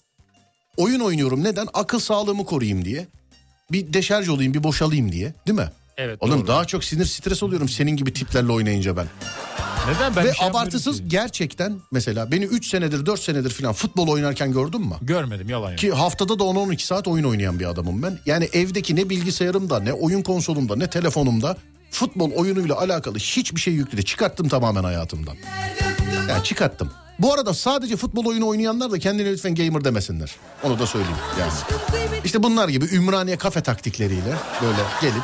S2: Oyun oynuyorum neden? Akıl sağlığımı koruyayım diye. Bir deşarj olayım bir boşalayım diye değil mi?
S3: Evet.
S2: Oğlum
S3: doğru.
S2: daha çok sinir stres oluyorum senin gibi tiplerle oynayınca ben.
S3: Neden ben
S2: Ve
S3: bir şey
S2: abartısız
S3: yapmıyorum ki?
S2: gerçekten mesela beni 3 senedir 4 senedir falan futbol oynarken gördün mü?
S3: görmedim yalan yok.
S2: Ki haftada da 10-12 saat oyun oynayan bir adamım ben. Yani evdeki ne bilgisayarımda ne oyun konsolumda ne telefonumda futbol oyunuyla alakalı hiçbir şey yüklü değil. Çıkarttım tamamen hayatımdan. Yani çıkarttım. Bu arada sadece futbol oyunu oynayanlar da kendine lütfen gamer demesinler. Onu da söyleyeyim yani. İşte bunlar gibi Ümraniye kafe taktikleriyle böyle gelip.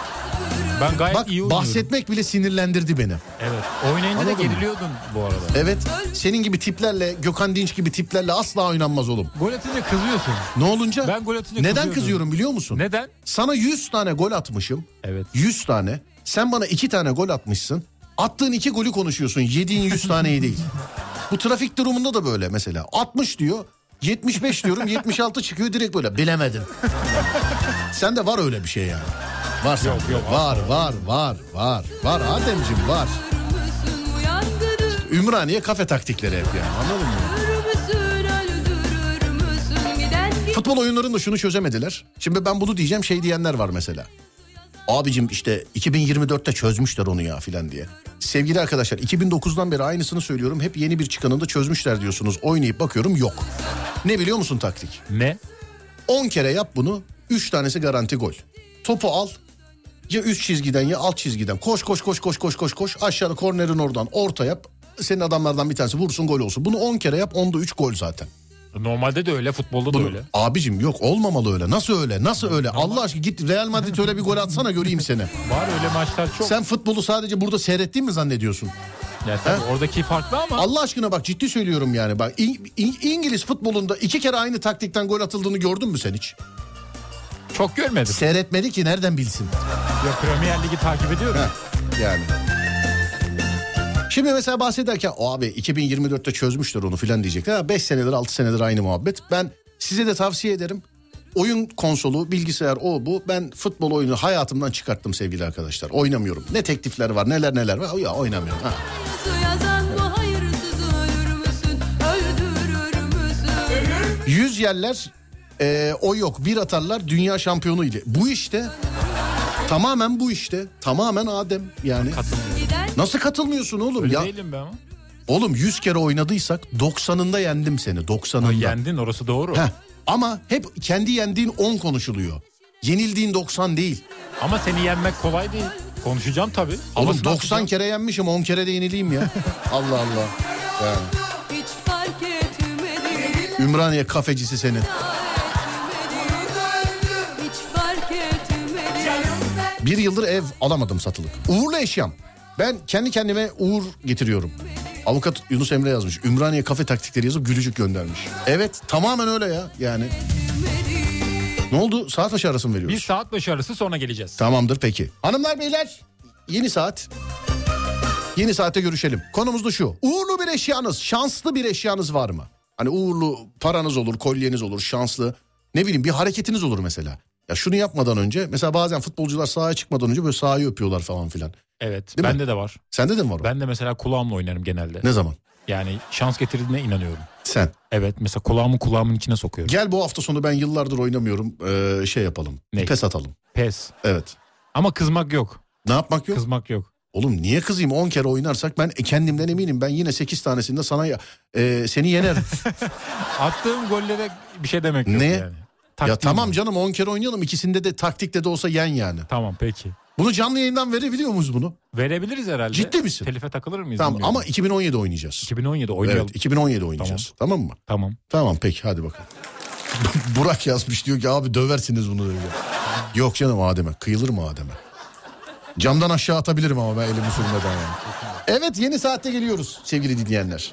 S3: Ben gayet
S2: Bak
S3: iyi oynuyorum.
S2: bahsetmek bile sinirlendirdi beni.
S3: Evet. Oynayınca da
S2: Anladın mı?
S3: geriliyordun bu arada.
S2: Evet senin gibi tiplerle Gökhan Dinç gibi tiplerle asla oynanmaz oğlum.
S3: Gol atınca kızıyorsun.
S2: Ne olunca?
S3: Ben gol atınca
S2: Neden
S3: kızıyordum.
S2: kızıyorum biliyor musun?
S3: Neden?
S2: Sana 100 tane gol atmışım.
S3: Evet.
S2: 100 tane. Sen bana 2 tane gol atmışsın. Attığın 2 golü konuşuyorsun. Yediğin 100 taneyi değil. Bu trafik durumunda da böyle mesela. 60 diyor. 75 diyorum 76 çıkıyor direkt böyle bilemedim. Sen de var öyle bir şey yani. Var sen. var, var, var, var, var. Ademciğim var.
S4: Müsün uyandırır
S2: Ümraniye kafe taktikleri hep yani. Anladın mı?
S4: müsün öldürür müsün giden
S2: Futbol oyunlarında şunu çözemediler. Şimdi ben bunu diyeceğim şey diyenler var mesela. Abicim işte 2024'te çözmüşler onu ya filan diye. Sevgili arkadaşlar 2009'dan beri aynısını söylüyorum. Hep yeni bir çıkanında çözmüşler diyorsunuz. Oynayıp bakıyorum yok. Ne biliyor musun taktik?
S3: Ne?
S2: 10 kere yap bunu 3 tanesi garanti gol. Topu al ya üst çizgiden ya alt çizgiden koş koş koş koş koş koş koş aşağıda kornerin oradan orta yap. Senin adamlardan bir tanesi vursun gol olsun. Bunu 10 kere yap 10'da 3 gol zaten.
S3: Normalde de öyle, futbolda da öyle.
S2: Abicim yok olmamalı öyle. Nasıl öyle? Nasıl öyle? Allah aşkına git Real Madrid öyle bir gol atsana göreyim seni.
S3: Var öyle maçlar çok.
S2: Sen futbolu sadece burada seyrettiğin mi zannediyorsun?
S3: Ya tabii oradaki farklı ama
S2: Allah aşkına bak ciddi söylüyorum yani. Bak İng- İng- İngiliz futbolunda iki kere aynı taktikten gol atıldığını gördün mü sen hiç?
S3: çok görmedim.
S2: Seyretmedi ki nereden bilsin?
S3: Ya Premier Ligi takip ediyorum.
S2: Yani. Şimdi mesela bahsederken o abi 2024'te çözmüşler onu filan diyecekler. 5 senedir 6 senedir aynı muhabbet. Ben size de tavsiye ederim. Oyun konsolu, bilgisayar o bu. Ben futbol oyunu hayatımdan çıkarttım sevgili arkadaşlar. Oynamıyorum. Ne teklifler var neler neler var. Ya oynamıyorum. Ha.
S4: hayırlısı yazan bu hayırsızı ölür müsün öldürür müsün
S2: 100 yerler e, o yok. Bir atarlar dünya şampiyonu ile. Bu işte. Tamamen bu işte. Tamamen Adem yani.
S3: Katılmıyorum.
S4: giden
S2: Nasıl katılmıyorsun oğlum
S3: Öyle
S2: ya?
S3: değilim ben ama.
S2: Oğlum 100 kere oynadıysak 90'ında yendim seni 90'ında.
S3: Yendin orası doğru.
S2: Heh. Ama hep kendi yendiğin 10 konuşuluyor. Yenildiğin 90 değil.
S3: Ama seni yenmek kolay değil. Konuşacağım tabii.
S2: Oğlum
S3: Havasını
S2: 90
S3: atacağım.
S2: kere yenmişim 10 kere de yenileyim ya. Allah Allah. Yani.
S4: hiç fark etmedi
S2: Ümraniye kafecisi seni.
S4: hiç fark etmedi
S2: Bir yıldır ev alamadım satılık. Uğurlu eşyam. Ben kendi kendime uğur getiriyorum. Avukat Yunus Emre yazmış. Ümraniye kafe taktikleri yazıp gülücük göndermiş. Evet tamamen öyle ya yani. Ne oldu? Saat başı arası mı veriyoruz?
S3: Bir saat başı arası sonra geleceğiz.
S2: Tamamdır peki. Hanımlar beyler yeni saat. Yeni saatte görüşelim. Konumuz da şu. Uğurlu bir eşyanız, şanslı bir eşyanız var mı? Hani uğurlu paranız olur, kolyeniz olur, şanslı. Ne bileyim bir hareketiniz olur mesela. Ya şunu yapmadan önce mesela bazen futbolcular sahaya çıkmadan önce böyle sahayı öpüyorlar falan filan.
S3: Evet.
S2: Değil mi?
S3: bende de var.
S2: Sende de mi var o?
S3: Ben de mesela kulağımla oynarım genelde.
S2: Ne zaman?
S3: Yani şans getirdiğine inanıyorum.
S2: Sen.
S3: Evet mesela kulağımı kulağımın içine sokuyorum.
S2: Gel bu hafta sonu ben yıllardır oynamıyorum. ee, şey yapalım.
S3: Ne?
S2: Pes atalım.
S3: Pes.
S2: Evet.
S3: Ama kızmak yok.
S2: Ne yapmak yok?
S3: Kızmak yok.
S2: Oğlum niye kızayım 10 kere oynarsak ben e, kendimden eminim. Ben yine 8 tanesinde sana ya- ee, seni yenerim.
S3: Attığım gollere bir şey demek yok
S2: Ne?
S3: yani.
S2: ya
S3: Taktiğim
S2: tamam
S3: yok.
S2: canım 10 kere oynayalım. ikisinde de taktikte de olsa yen yani.
S3: Tamam peki.
S2: Bunu canlı yayından verebiliyor muyuz bunu?
S3: Verebiliriz herhalde.
S2: Ciddi misin?
S3: Telife takılır mıyız?
S2: Tamam
S3: bilmiyorum.
S2: ama 2017 oynayacağız.
S3: 2017 oynayalım.
S2: Evet 2017 oynayacağız. Tamam, mı?
S3: Tamam.
S2: Tamam peki hadi bakalım. (laughs) Burak yazmış diyor ki abi döversiniz bunu diyor. Yok canım Adem'e kıyılır mı Adem'e? Camdan aşağı atabilirim ama ben elimi sürmeden yani. Evet yeni saatte geliyoruz sevgili dinleyenler.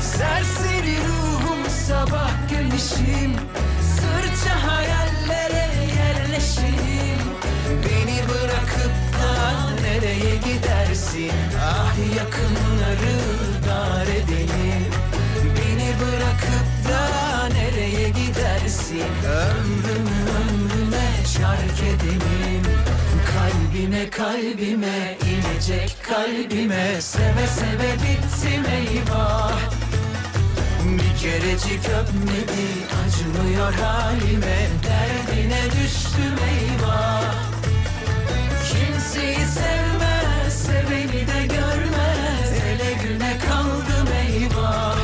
S6: Serseri ruhum sabah güneşim Sırça hayallere yerleşim Beni bırakıp da nereye gidersin Ah yakınları dar edelim Beni bırakıp da nereye gidersin Ömrümü ömrüme şark edelim Kalbime kalbime inecek kalbime Seve seve bittim eyvah bir kerecik öpmedi Acınıyor halime Derdine düştüm eyvah Kimseyi sevmez Seveni de görmez Ele güne kaldım eyvah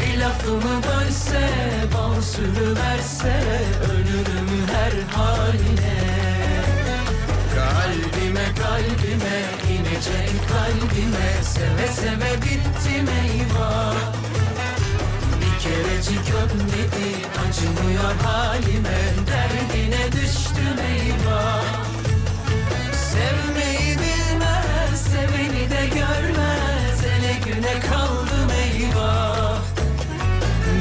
S6: Bir lafımı bölse Bal sürüverse Ölürüm her haline Kalbime kalbime inecek kalbime Seve seve bittim eyvah Bir kerecik öpmedi acımıyor halime Derdine düştüm eyvah Sevmeyi bilmez seveni de görmez Ele güne kaldım eyvah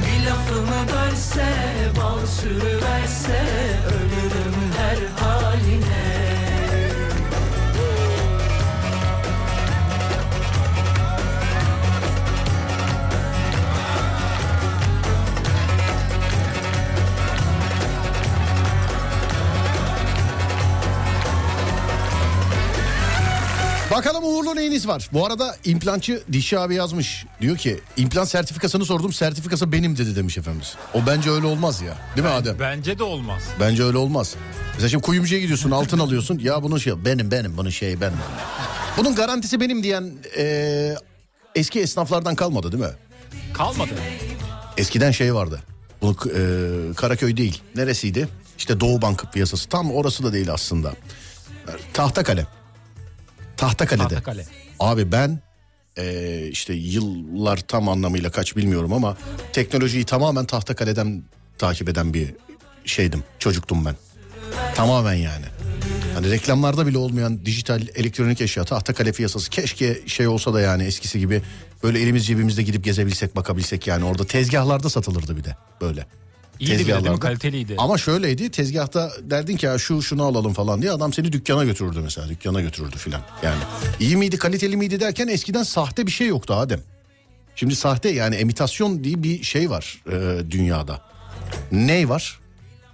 S6: bir lafımı bölse, bal sürüverse Ölürüm her haline
S2: Bakalım uğurlu neyiniz var? Bu arada implantçı Dişi abi yazmış. Diyor ki implant sertifikasını sordum sertifikası benim dedi demiş efendimiz. O bence öyle olmaz ya. Değil mi Adem?
S3: Bence de olmaz.
S2: Bence öyle olmaz. Mesela şimdi kuyumcuya gidiyorsun altın alıyorsun. Ya bunun şey benim benim bunun şey benim. Bunun garantisi benim diyen eee, eski esnaflardan kalmadı değil mi?
S3: Kalmadı.
S2: Eskiden şey vardı. Bu eee, Karaköy değil. Neresiydi? İşte Doğu Bank piyasası. Tam orası da değil aslında. E, Tahtakale. Tahtakale'de.
S3: Tahtakale.
S2: Abi ben eee, işte yıllar tam anlamıyla kaç bilmiyorum ama teknolojiyi tamamen Tahtakale'den takip eden bir şeydim. Çocuktum ben. Tamamen yani. Hani reklamlarda bile olmayan dijital elektronik eşya Tahtakale piyasası keşke şey olsa da yani eskisi gibi böyle elimiz cebimizde gidip gezebilsek bakabilsek yani orada tezgahlarda satılırdı bir de böyle.
S3: İyiydi bir de değil mi? Kaliteliydi.
S2: Ama şöyleydi tezgahta derdin ki ya şu şunu alalım falan diye adam seni dükkana götürürdü mesela dükkana götürürdü filan yani. iyi miydi kaliteli miydi derken eskiden sahte bir şey yoktu Adem. Şimdi sahte yani emitasyon diye bir şey var e, dünyada. Ney var?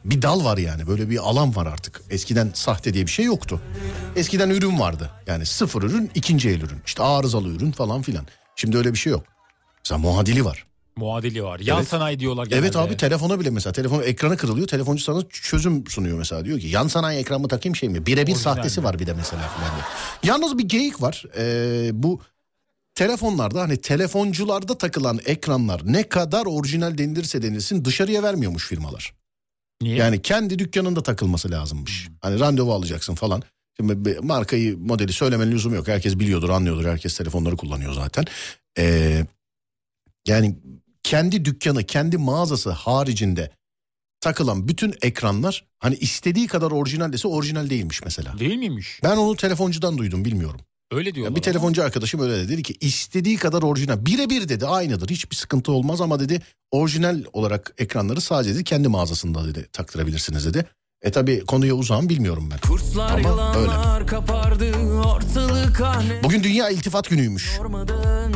S2: Bir dal var yani böyle bir alan var artık. Eskiden sahte diye bir şey yoktu. Eskiden ürün vardı yani sıfır ürün ikinci el ürün işte arızalı ürün falan filan. Şimdi öyle bir şey yok. Mesela muadili var.
S3: Muadili var. Yan
S2: Evet.
S3: sanayi diyorlar genelde.
S2: Evet abi telefona bile mesela telefon ekranı kırılıyor. Telefoncu sana çözüm sunuyor mesela. Diyor ki yan sanayi ekran mı takayım şey mi? Birebir
S3: Orijinal
S2: sahtesi
S3: mi?
S2: var bir de mesela falan diye. Yalnız bir geyik var. Ee, bu telefonlarda hani telefoncularda takılan ekranlar ne kadar orijinal denilirse denilsin dışarıya vermiyormuş firmalar.
S3: Niye?
S2: Yani kendi dükkanında takılması lazımmış. Hani randevu alacaksın falan. Şimdi bir markayı modeli söylemenin lüzumu yok. Herkes biliyordur anlıyordur. Herkes telefonları kullanıyor zaten. Ee, yani kendi dükkanı kendi mağazası haricinde takılan bütün ekranlar hani istediği kadar orijinal dese orijinal değilmiş mesela.
S3: Değil miymiş?
S2: Ben onu telefoncudan duydum bilmiyorum.
S3: Öyle diyorlar.
S2: Ya bir telefoncu arkadaşım öyle dedi. Dedi ki istediği kadar orijinal. Birebir dedi aynıdır. Hiçbir sıkıntı olmaz ama dedi orijinal olarak ekranları sadece dedi, kendi mağazasında dedi taktırabilirsiniz dedi. E tabi konuya uzağım bilmiyorum ben.
S6: Kurslar yılanlar kapardı ortalık ahne
S2: Bugün Dünya İltifat Günü'ymüş.
S6: sormadan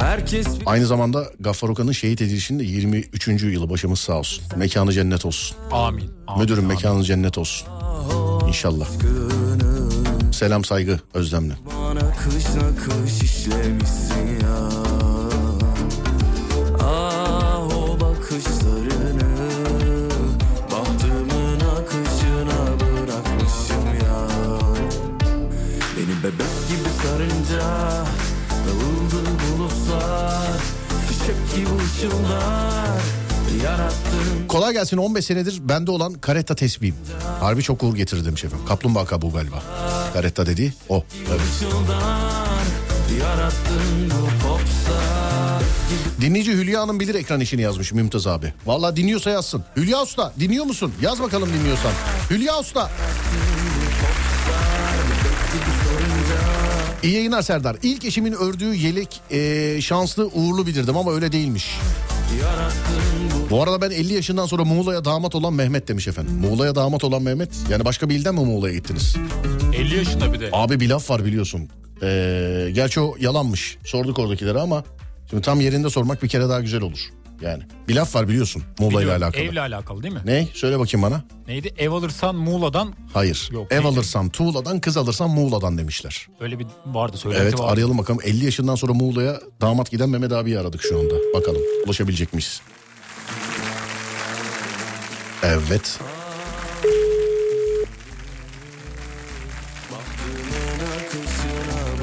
S6: Herkes bir
S2: Aynı zamanda Gaffar Okan'ın şehit edilişinin de 23. yılı başımız sağ olsun. Mekanı cennet olsun.
S3: Amin. amin,
S2: Müdürüm
S3: amin.
S2: mekanı cennet olsun. İnşallah. Selam saygı özlemle.
S6: bana kış nakış işlemişsin ya Ah o bakışlarını Bahtımın akışına bırakmışım ya Beni bebek gibi sarınca Dağıldı bulutlar Fişek gibi ışınlar Yarattın
S2: Kolay gelsin 15 senedir bende olan karetta tesbihim. Harbi çok uğur getirdim şefim. Kaplumbağa kabuğu galiba. Karetta dediği o. Evet.
S6: ışıldan Yarattın bu popstar
S2: Dinleyici Hülya Hanım bilir ekran işini yazmış Mümtaz abi. Valla dinliyorsa yazsın. Hülya Usta dinliyor musun? Yaz bakalım dinliyorsan. Hülya Usta. İyi yayınlar Serdar. İlk eşimin ördüğü yelek eee, şanslı uğurlu bilirdim ama öyle değilmiş. Bu arada ben 50 yaşından sonra Muğla'ya damat olan Mehmet demiş efendim. Muğla'ya damat olan Mehmet. Yani başka bir ilden mi Muğla'ya gittiniz?
S3: 50 yaşında bir de.
S2: Abi bir laf var biliyorsun. Ee, gerçi o yalanmış. Sorduk oradakilere ama şimdi tam yerinde sormak bir kere daha güzel olur. Yani bir laf var biliyorsun Muğla ile
S3: Biliyorum,
S2: alakalı.
S3: Evle alakalı değil mi?
S2: Ne? Söyle bakayım bana.
S3: Neydi? Ev alırsan Muğla'dan
S2: Hayır.
S3: Yok,
S2: Ev
S3: neydi?
S2: alırsan Tuğla'dan, kız alırsan Muğla'dan demişler.
S3: öyle bir vardı söylenti
S2: Evet
S3: vardı.
S2: arayalım bakalım. 50 yaşından sonra Muğla'ya damat giden Mehmet abiyi aradık şu anda. Bakalım ulaşabilecek miyiz? Evet.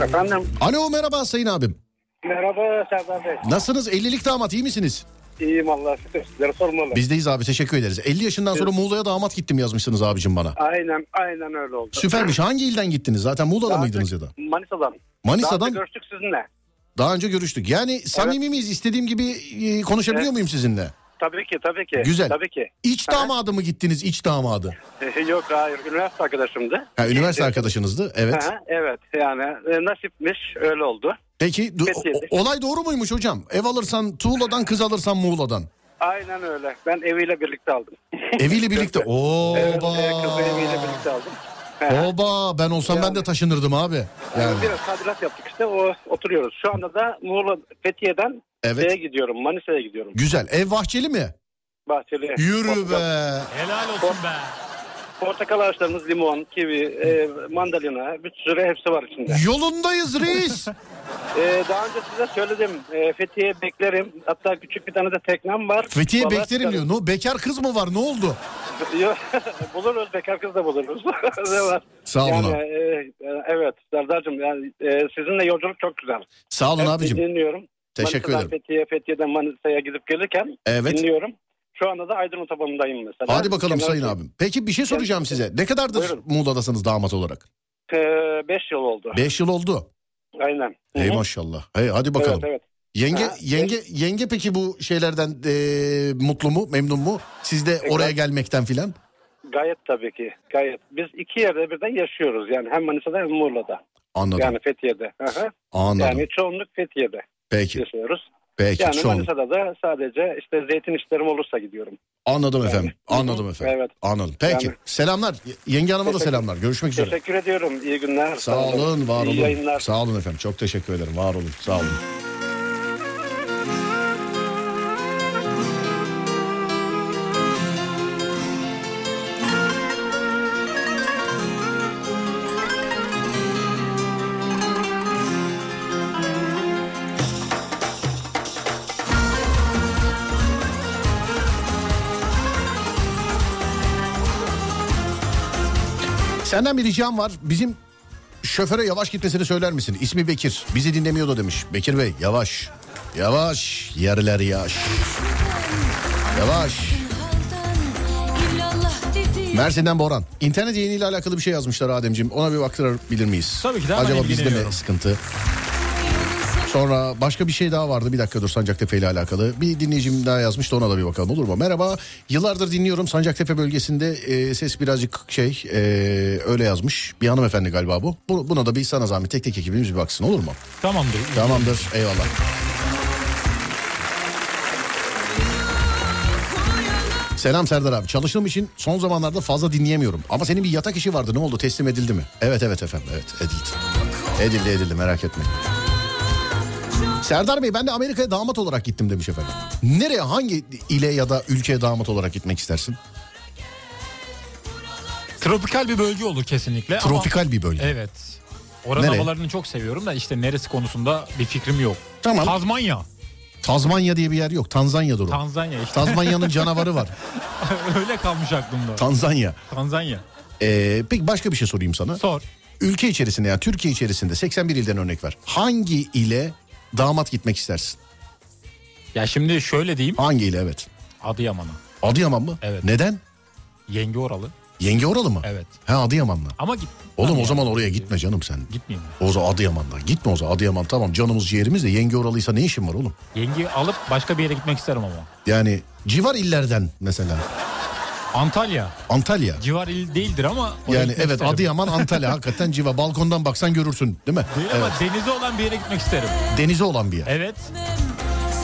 S9: Efendim
S2: Alo merhaba sayın abim.
S9: merhaba Serdar Bey.
S2: Nasılsınız? 50'lik damat iyi misiniz?
S9: İyiyim Allah şükür sizlere sormalı.
S2: Bizdeyiz abi teşekkür ederiz. 50 yaşından sonra Muğla'ya damat gittim yazmışsınız abicim bana.
S9: Aynen aynen öyle oldu.
S2: Süpermiş. Hangi ilden gittiniz? Zaten Muğla'da mıydınız ya da?
S9: Manisa'dan. Daha
S2: Manisa'dan
S9: önce görüştük sizinle.
S2: daha önce görüştük. Yani samimi miyiz? İstediğim gibi e, konuşabiliyor
S9: Evet.
S2: muyum sizinle?
S9: Tabii ki tabii ki.
S2: Güzel.
S9: Tabii ki. (laughs)
S2: İç damadı mı gittiniz? İç damadı.
S9: Yok hayır üniversite arkadaşımdı. Ee,
S2: Ha, üniversite arkadaşınızdı. Evet.
S9: Aha, evet yani e, nasipmiş öyle oldu.
S2: Peki du-
S9: Fethiye'de.
S2: o- olay doğru muymuş hocam? Ev alırsan Tuğla'dan, kız alırsan Muğla'dan.
S9: Aynen öyle. Ben eviyle birlikte aldım.
S2: (laughs) Eviyle birlikte.
S9: (laughs) Evet,
S2: Oba.
S9: e, Kızı eviyle birlikte aldım. Aha.
S2: Oba. Ben olsam ben de taşınırdım abi. Yani.
S9: Biraz tadilat yaptık işte o oturuyoruz. Şu anda da Muğla Fethiye'den şeye
S2: Evet.
S9: gidiyorum Manisa'ya gidiyorum.
S2: Güzel. Ev bahçeli mi?
S9: Bahçeli.
S2: Yürü
S9: Portakal-
S2: be.
S3: Helal olsun be.
S9: Portakal ağaçlarımız limon, kivi, e, mandalina bir sürü hepsi var içinde.
S2: Yolundayız
S9: (laughs)
S2: reis.
S9: E, daha önce size söyledim e, Fethiye beklerim. Hatta küçük bir tane de teknem var.
S2: Fethiye
S9: Balığa
S2: beklerim
S9: (laughs)
S2: diyor.
S9: çıkarım.
S2: No, bekar kız mı var? Ne oldu?
S9: Yok, (laughs) buluruz bekar kız da buluruz. (laughs) ne var?
S2: Sağ olun
S9: Yani,
S2: abi.
S9: e, e, evet Serdar'cığım yani, e, sizinle yolculuk çok güzel.
S2: Sağ olun
S9: Hep
S2: abicim.
S9: Dinliyorum.
S2: Teşekkür
S9: Manisa'dan
S2: ederim.
S9: Fethiye, Fethiye'den Manisa'ya gidip gelirken
S2: Evet.
S9: dinliyorum. Şu anda da Aydın otobanındayım mesela.
S2: Hadi bakalım
S9: Kenar-
S2: sayın abim. Peki bir şey soracağım size. Ne kadardır
S9: Buyurun.
S2: Muğla'dasınız damat olarak?
S9: Ee, beş yıl oldu.
S2: 5 yıl oldu.
S9: Aynen.
S2: Hey
S9: Hı hı.
S2: maşallah. Hey hadi bakalım.
S9: Evet, evet.
S2: Yenge
S9: Ha,
S2: yenge yenge peki bu şeylerden eee, mutlu mu? Memnun mu? Siz de oraya gelmekten filan.
S9: Gayet tabii ki. Gayet. Biz iki yerde birden yaşıyoruz. Yani hem Manisa'da hem Muğla'da.
S2: Anladım.
S9: Yani Fethiye'de. Hı hı.
S2: anladım.
S9: yani çoğunluk Fethiye'de
S2: peki.
S9: yaşıyoruz.
S2: Peki.
S9: Yani
S2: çok
S9: Manisa'da da sadece işte zeytin işlerim olursa gidiyorum.
S2: Anladım efendim.
S9: Hı hı.
S2: Anladım efendim.
S9: Evet.
S2: Anladım. Peki.
S9: Yani-
S2: Selamlar. Yenge hanıma da
S9: Teşekkür-
S2: selamlar. Görüşmek üzere.
S9: Teşekkür ediyorum. İyi günler.
S2: Sağ olun, var
S9: İyi
S2: olun.
S9: yayınlar.
S2: Sağ olun efendim. Çok teşekkür ederim. Var olun. Sağ olun. Senden bir ricam var. Bizim şoföre yavaş gitmesini söyler misin? İsmi Bekir. Bizi dinlemiyordu demiş. Bekir Bey yavaş. Yavaş. Yerler yaş. Yavaş.
S10: İllallah dedi.
S2: Mersin'den Boran. İnternet yayınıyla alakalı bir şey yazmışlar Ademciğim. Ona bir baktırabilir miyiz?
S3: Tabii ki de hemen
S2: Acaba bizde mi
S3: ilgileniyorum.
S2: sıkıntı? Sonra başka bir şey daha vardı. Bir dakika dur Sancaktepe ile alakalı. Bir dinleyicim daha yazmış da ona da bir bakalım olur mu? Merhaba. Yıllardır dinliyorum. Sancaktepe bölgesinde e, ses birazcık şey e, öyle yazmış. Bir hanımefendi galiba bu. Bu- Buna da bir sana zahmet tek tek ekibimiz bir baksın olur mu?
S3: Tamamdır.
S2: Tamamdır. Eyvallah. Selam Serdar abi. Çalıştığım için son zamanlarda fazla dinleyemiyorum. Ama senin bir yatak işi vardı. Ne oldu? Teslim edildi mi? Evet evet efendim. Evet edildi. Edildi edildi merak etme. Serdar Bey ben de Amerika'ya damat olarak gittim demiş efendim. Nereye hangi ile ya da ülkeye damat olarak gitmek istersin?
S3: Tropikal bir bölge olur kesinlikle. ama-
S2: Tropikal bir bölge.
S3: Evet. Oranın
S2: Nereye?
S3: havalarını çok seviyorum da işte neresi konusunda bir fikrim yok.
S2: Tamam.
S3: Tazmanya.
S2: Tanzanya diye bir yer yok. Tanzanya'dır o.
S3: Tanzanya işte.
S2: Tazmanya'nın canavarı var.
S3: (laughs) Öyle kalmış aklımda.
S2: Tanzanya.
S3: Tanzanya.
S2: Ee, peki başka bir şey sorayım sana.
S3: Sor.
S2: Ülke içerisinde yani Türkiye içerisinde 81 ilden örnek ver. Hangi ile damat gitmek istersin?
S3: Ya şimdi şöyle diyeyim.
S2: Hangi ile evet.
S3: Adıyaman'a.
S2: Adıyaman mı?
S3: Evet.
S2: Neden?
S3: Yenge oralı.
S2: Yenge oralı mı?
S3: Evet.
S2: He Adıyamanlı.
S3: Ama git.
S2: Oğlum
S3: Yani
S2: o zaman oraya gitme canım sen.
S3: Gitmeyeyim. mi?
S2: O zaman Adıyaman'da. Gitme o zaman Adıyaman tamam canımız ciğerimiz de yenge oralıysa ne işin var oğlum?
S3: Yengeyi alıp başka bir yere gitmek isterim ama.
S2: Yani civar illerden mesela
S3: Antalya.
S2: Antalya.
S3: Civar il değildir ama. oraya
S2: Yani
S3: gitmek
S2: evet
S3: isterim.
S2: Adıyaman Antalya hakikaten civa balkondan baksan görürsün değil mi?
S3: Değil ama denize olan bir yere gitmek isterim.
S2: Denize olan bir yer.
S3: Evet.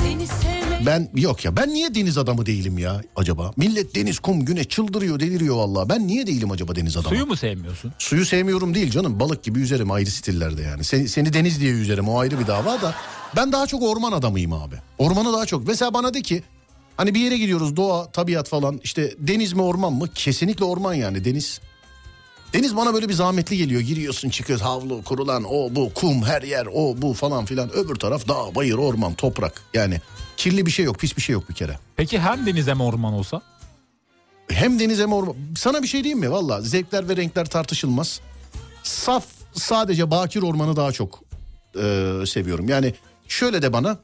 S4: Seni sevmek
S2: Ben yok ya ben niye deniz adamı değilim ya acaba? Millet deniz kum güneş çıldırıyor deliriyor vallahi. Ben niye değilim acaba deniz adamı?
S3: Suyu mu sevmiyorsun?
S2: Suyu sevmiyorum değil canım. Balık gibi yüzerim ayrı stillerde yani. Seni, seni deniz diye yüzerim o ayrı bir dava da. Ben daha çok orman adamıyım abi. Ormanı daha çok. Mesela bana de ki hani bir yere gidiyoruz doğa, tabiat falan. işte deniz mi orman mı? Kesinlikle orman yani deniz. Deniz bana böyle bir zahmetli geliyor. Giriyorsun çıkıyorsun havlu kurulan o bu kum her yer o bu falan filan. Öbür taraf dağ bayır orman toprak yani. Kirli bir şey yok pis bir şey yok bir kere.
S3: Peki hem denize mi orman olsa?
S2: Hem deniz hem orman. Sana bir şey diyeyim mi? Valla zevkler ve renkler tartışılmaz. Saf sadece bakir ormanı daha çok e, seviyorum. Yani şöyle de bana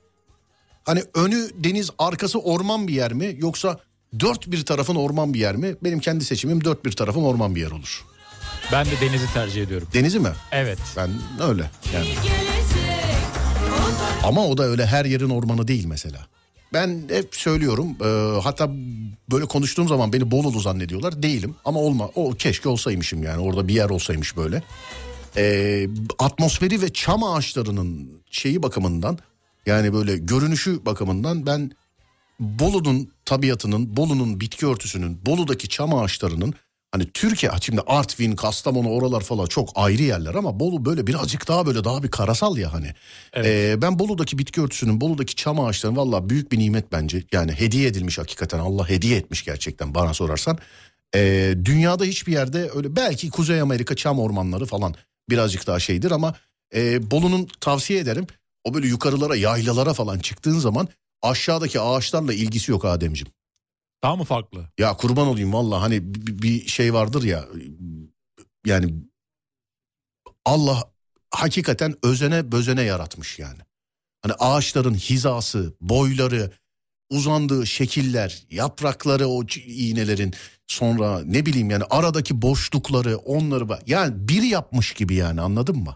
S2: hani önü deniz arkası orman bir yer mi? Yoksa dört bir tarafın orman bir yer mi? Benim kendi seçimim dört bir tarafın orman bir yer olur.
S3: Ben de denizi tercih ediyorum.
S2: Denizi mi?
S3: Evet.
S2: Ben öyle yani.
S4: gelecek
S2: Ama o da öyle her yerin ormanı değil mesela. Ben hep söylüyorum e, hatta böyle konuştuğum zaman beni Bolulu zannediyorlar değilim ama olma o keşke olsaymışım yani orada bir yer olsaymış böyle. E, atmosferi ve çam ağaçlarının şeyi bakımından yani böyle görünüşü bakımından ben Bolu'nun tabiatının, Bolu'nun bitki örtüsünün, Bolu'daki çam ağaçlarının hani Türkiye şimdi Artvin, Kastamonu oralar falan çok ayrı yerler ama Bolu böyle birazcık daha böyle daha bir karasal ya hani. Ee, ben Bolu'daki bitki örtüsünün, Bolu'daki çam ağaçlarının valla büyük bir nimet bence. Yani hediye edilmiş hakikaten Allah hediye etmiş gerçekten bana sorarsan. Ee, dünyada hiçbir yerde öyle belki Kuzey Amerika çam ormanları falan birazcık daha şeydir ama e, Bolu'nun tavsiye ederim. O böyle yukarılara yaylalara falan çıktığın zaman aşağıdaki ağaçlarla ilgisi yok Ademciğim.
S3: Daha mı farklı?
S2: Ya kurban olayım valla hani bi- bi- bir şey vardır ya yani Allah hakikaten özene bözene yaratmış yani. Hani ağaçların hizası, boyları, uzandığı şekiller, yaprakları o c- iğnelerin sonra ne bileyim yani aradaki boşlukları onları bak- yani biri yapmış gibi yani anladın mı?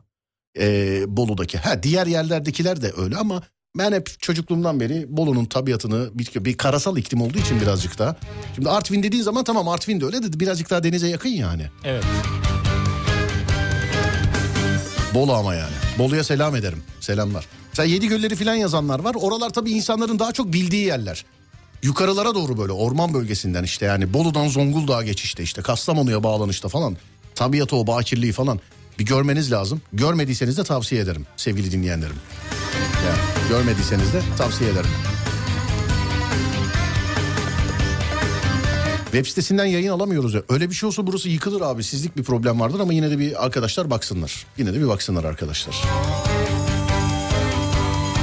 S2: Ee, Bolu'daki ha diğer yerlerdekiler de öyle ama ben hep çocukluğumdan beri Bolu'nun tabiatını bir, bir karasal iklim olduğu için birazcık daha. Şimdi Artvin dediğin zaman tamam Artvin de öyle de birazcık daha denize yakın yani.
S3: Evet.
S2: Bolu ama yani. Bolu'ya selam ederim. Selamlar. Mesela yedi gölleri falan yazanlar var. Oralar tabii insanların daha çok bildiği yerler. Yukarılara doğru böyle orman bölgesinden işte yani Bolu'dan Zonguldak'a geçişte işte Kastamonu'ya bağlanışta falan. Tabiatı o bakirliği falan bir görmeniz lazım. Görmediyseniz de tavsiye ederim sevgili dinleyenlerim. Yani görmediyseniz de tavsiye ederim. Web sitesinden yayın alamıyoruz. ya. Öyle bir şey olsa burası yıkılır abi. Sizlik bir problem vardır ama yine de bir arkadaşlar baksınlar. Yine de bir baksınlar arkadaşlar.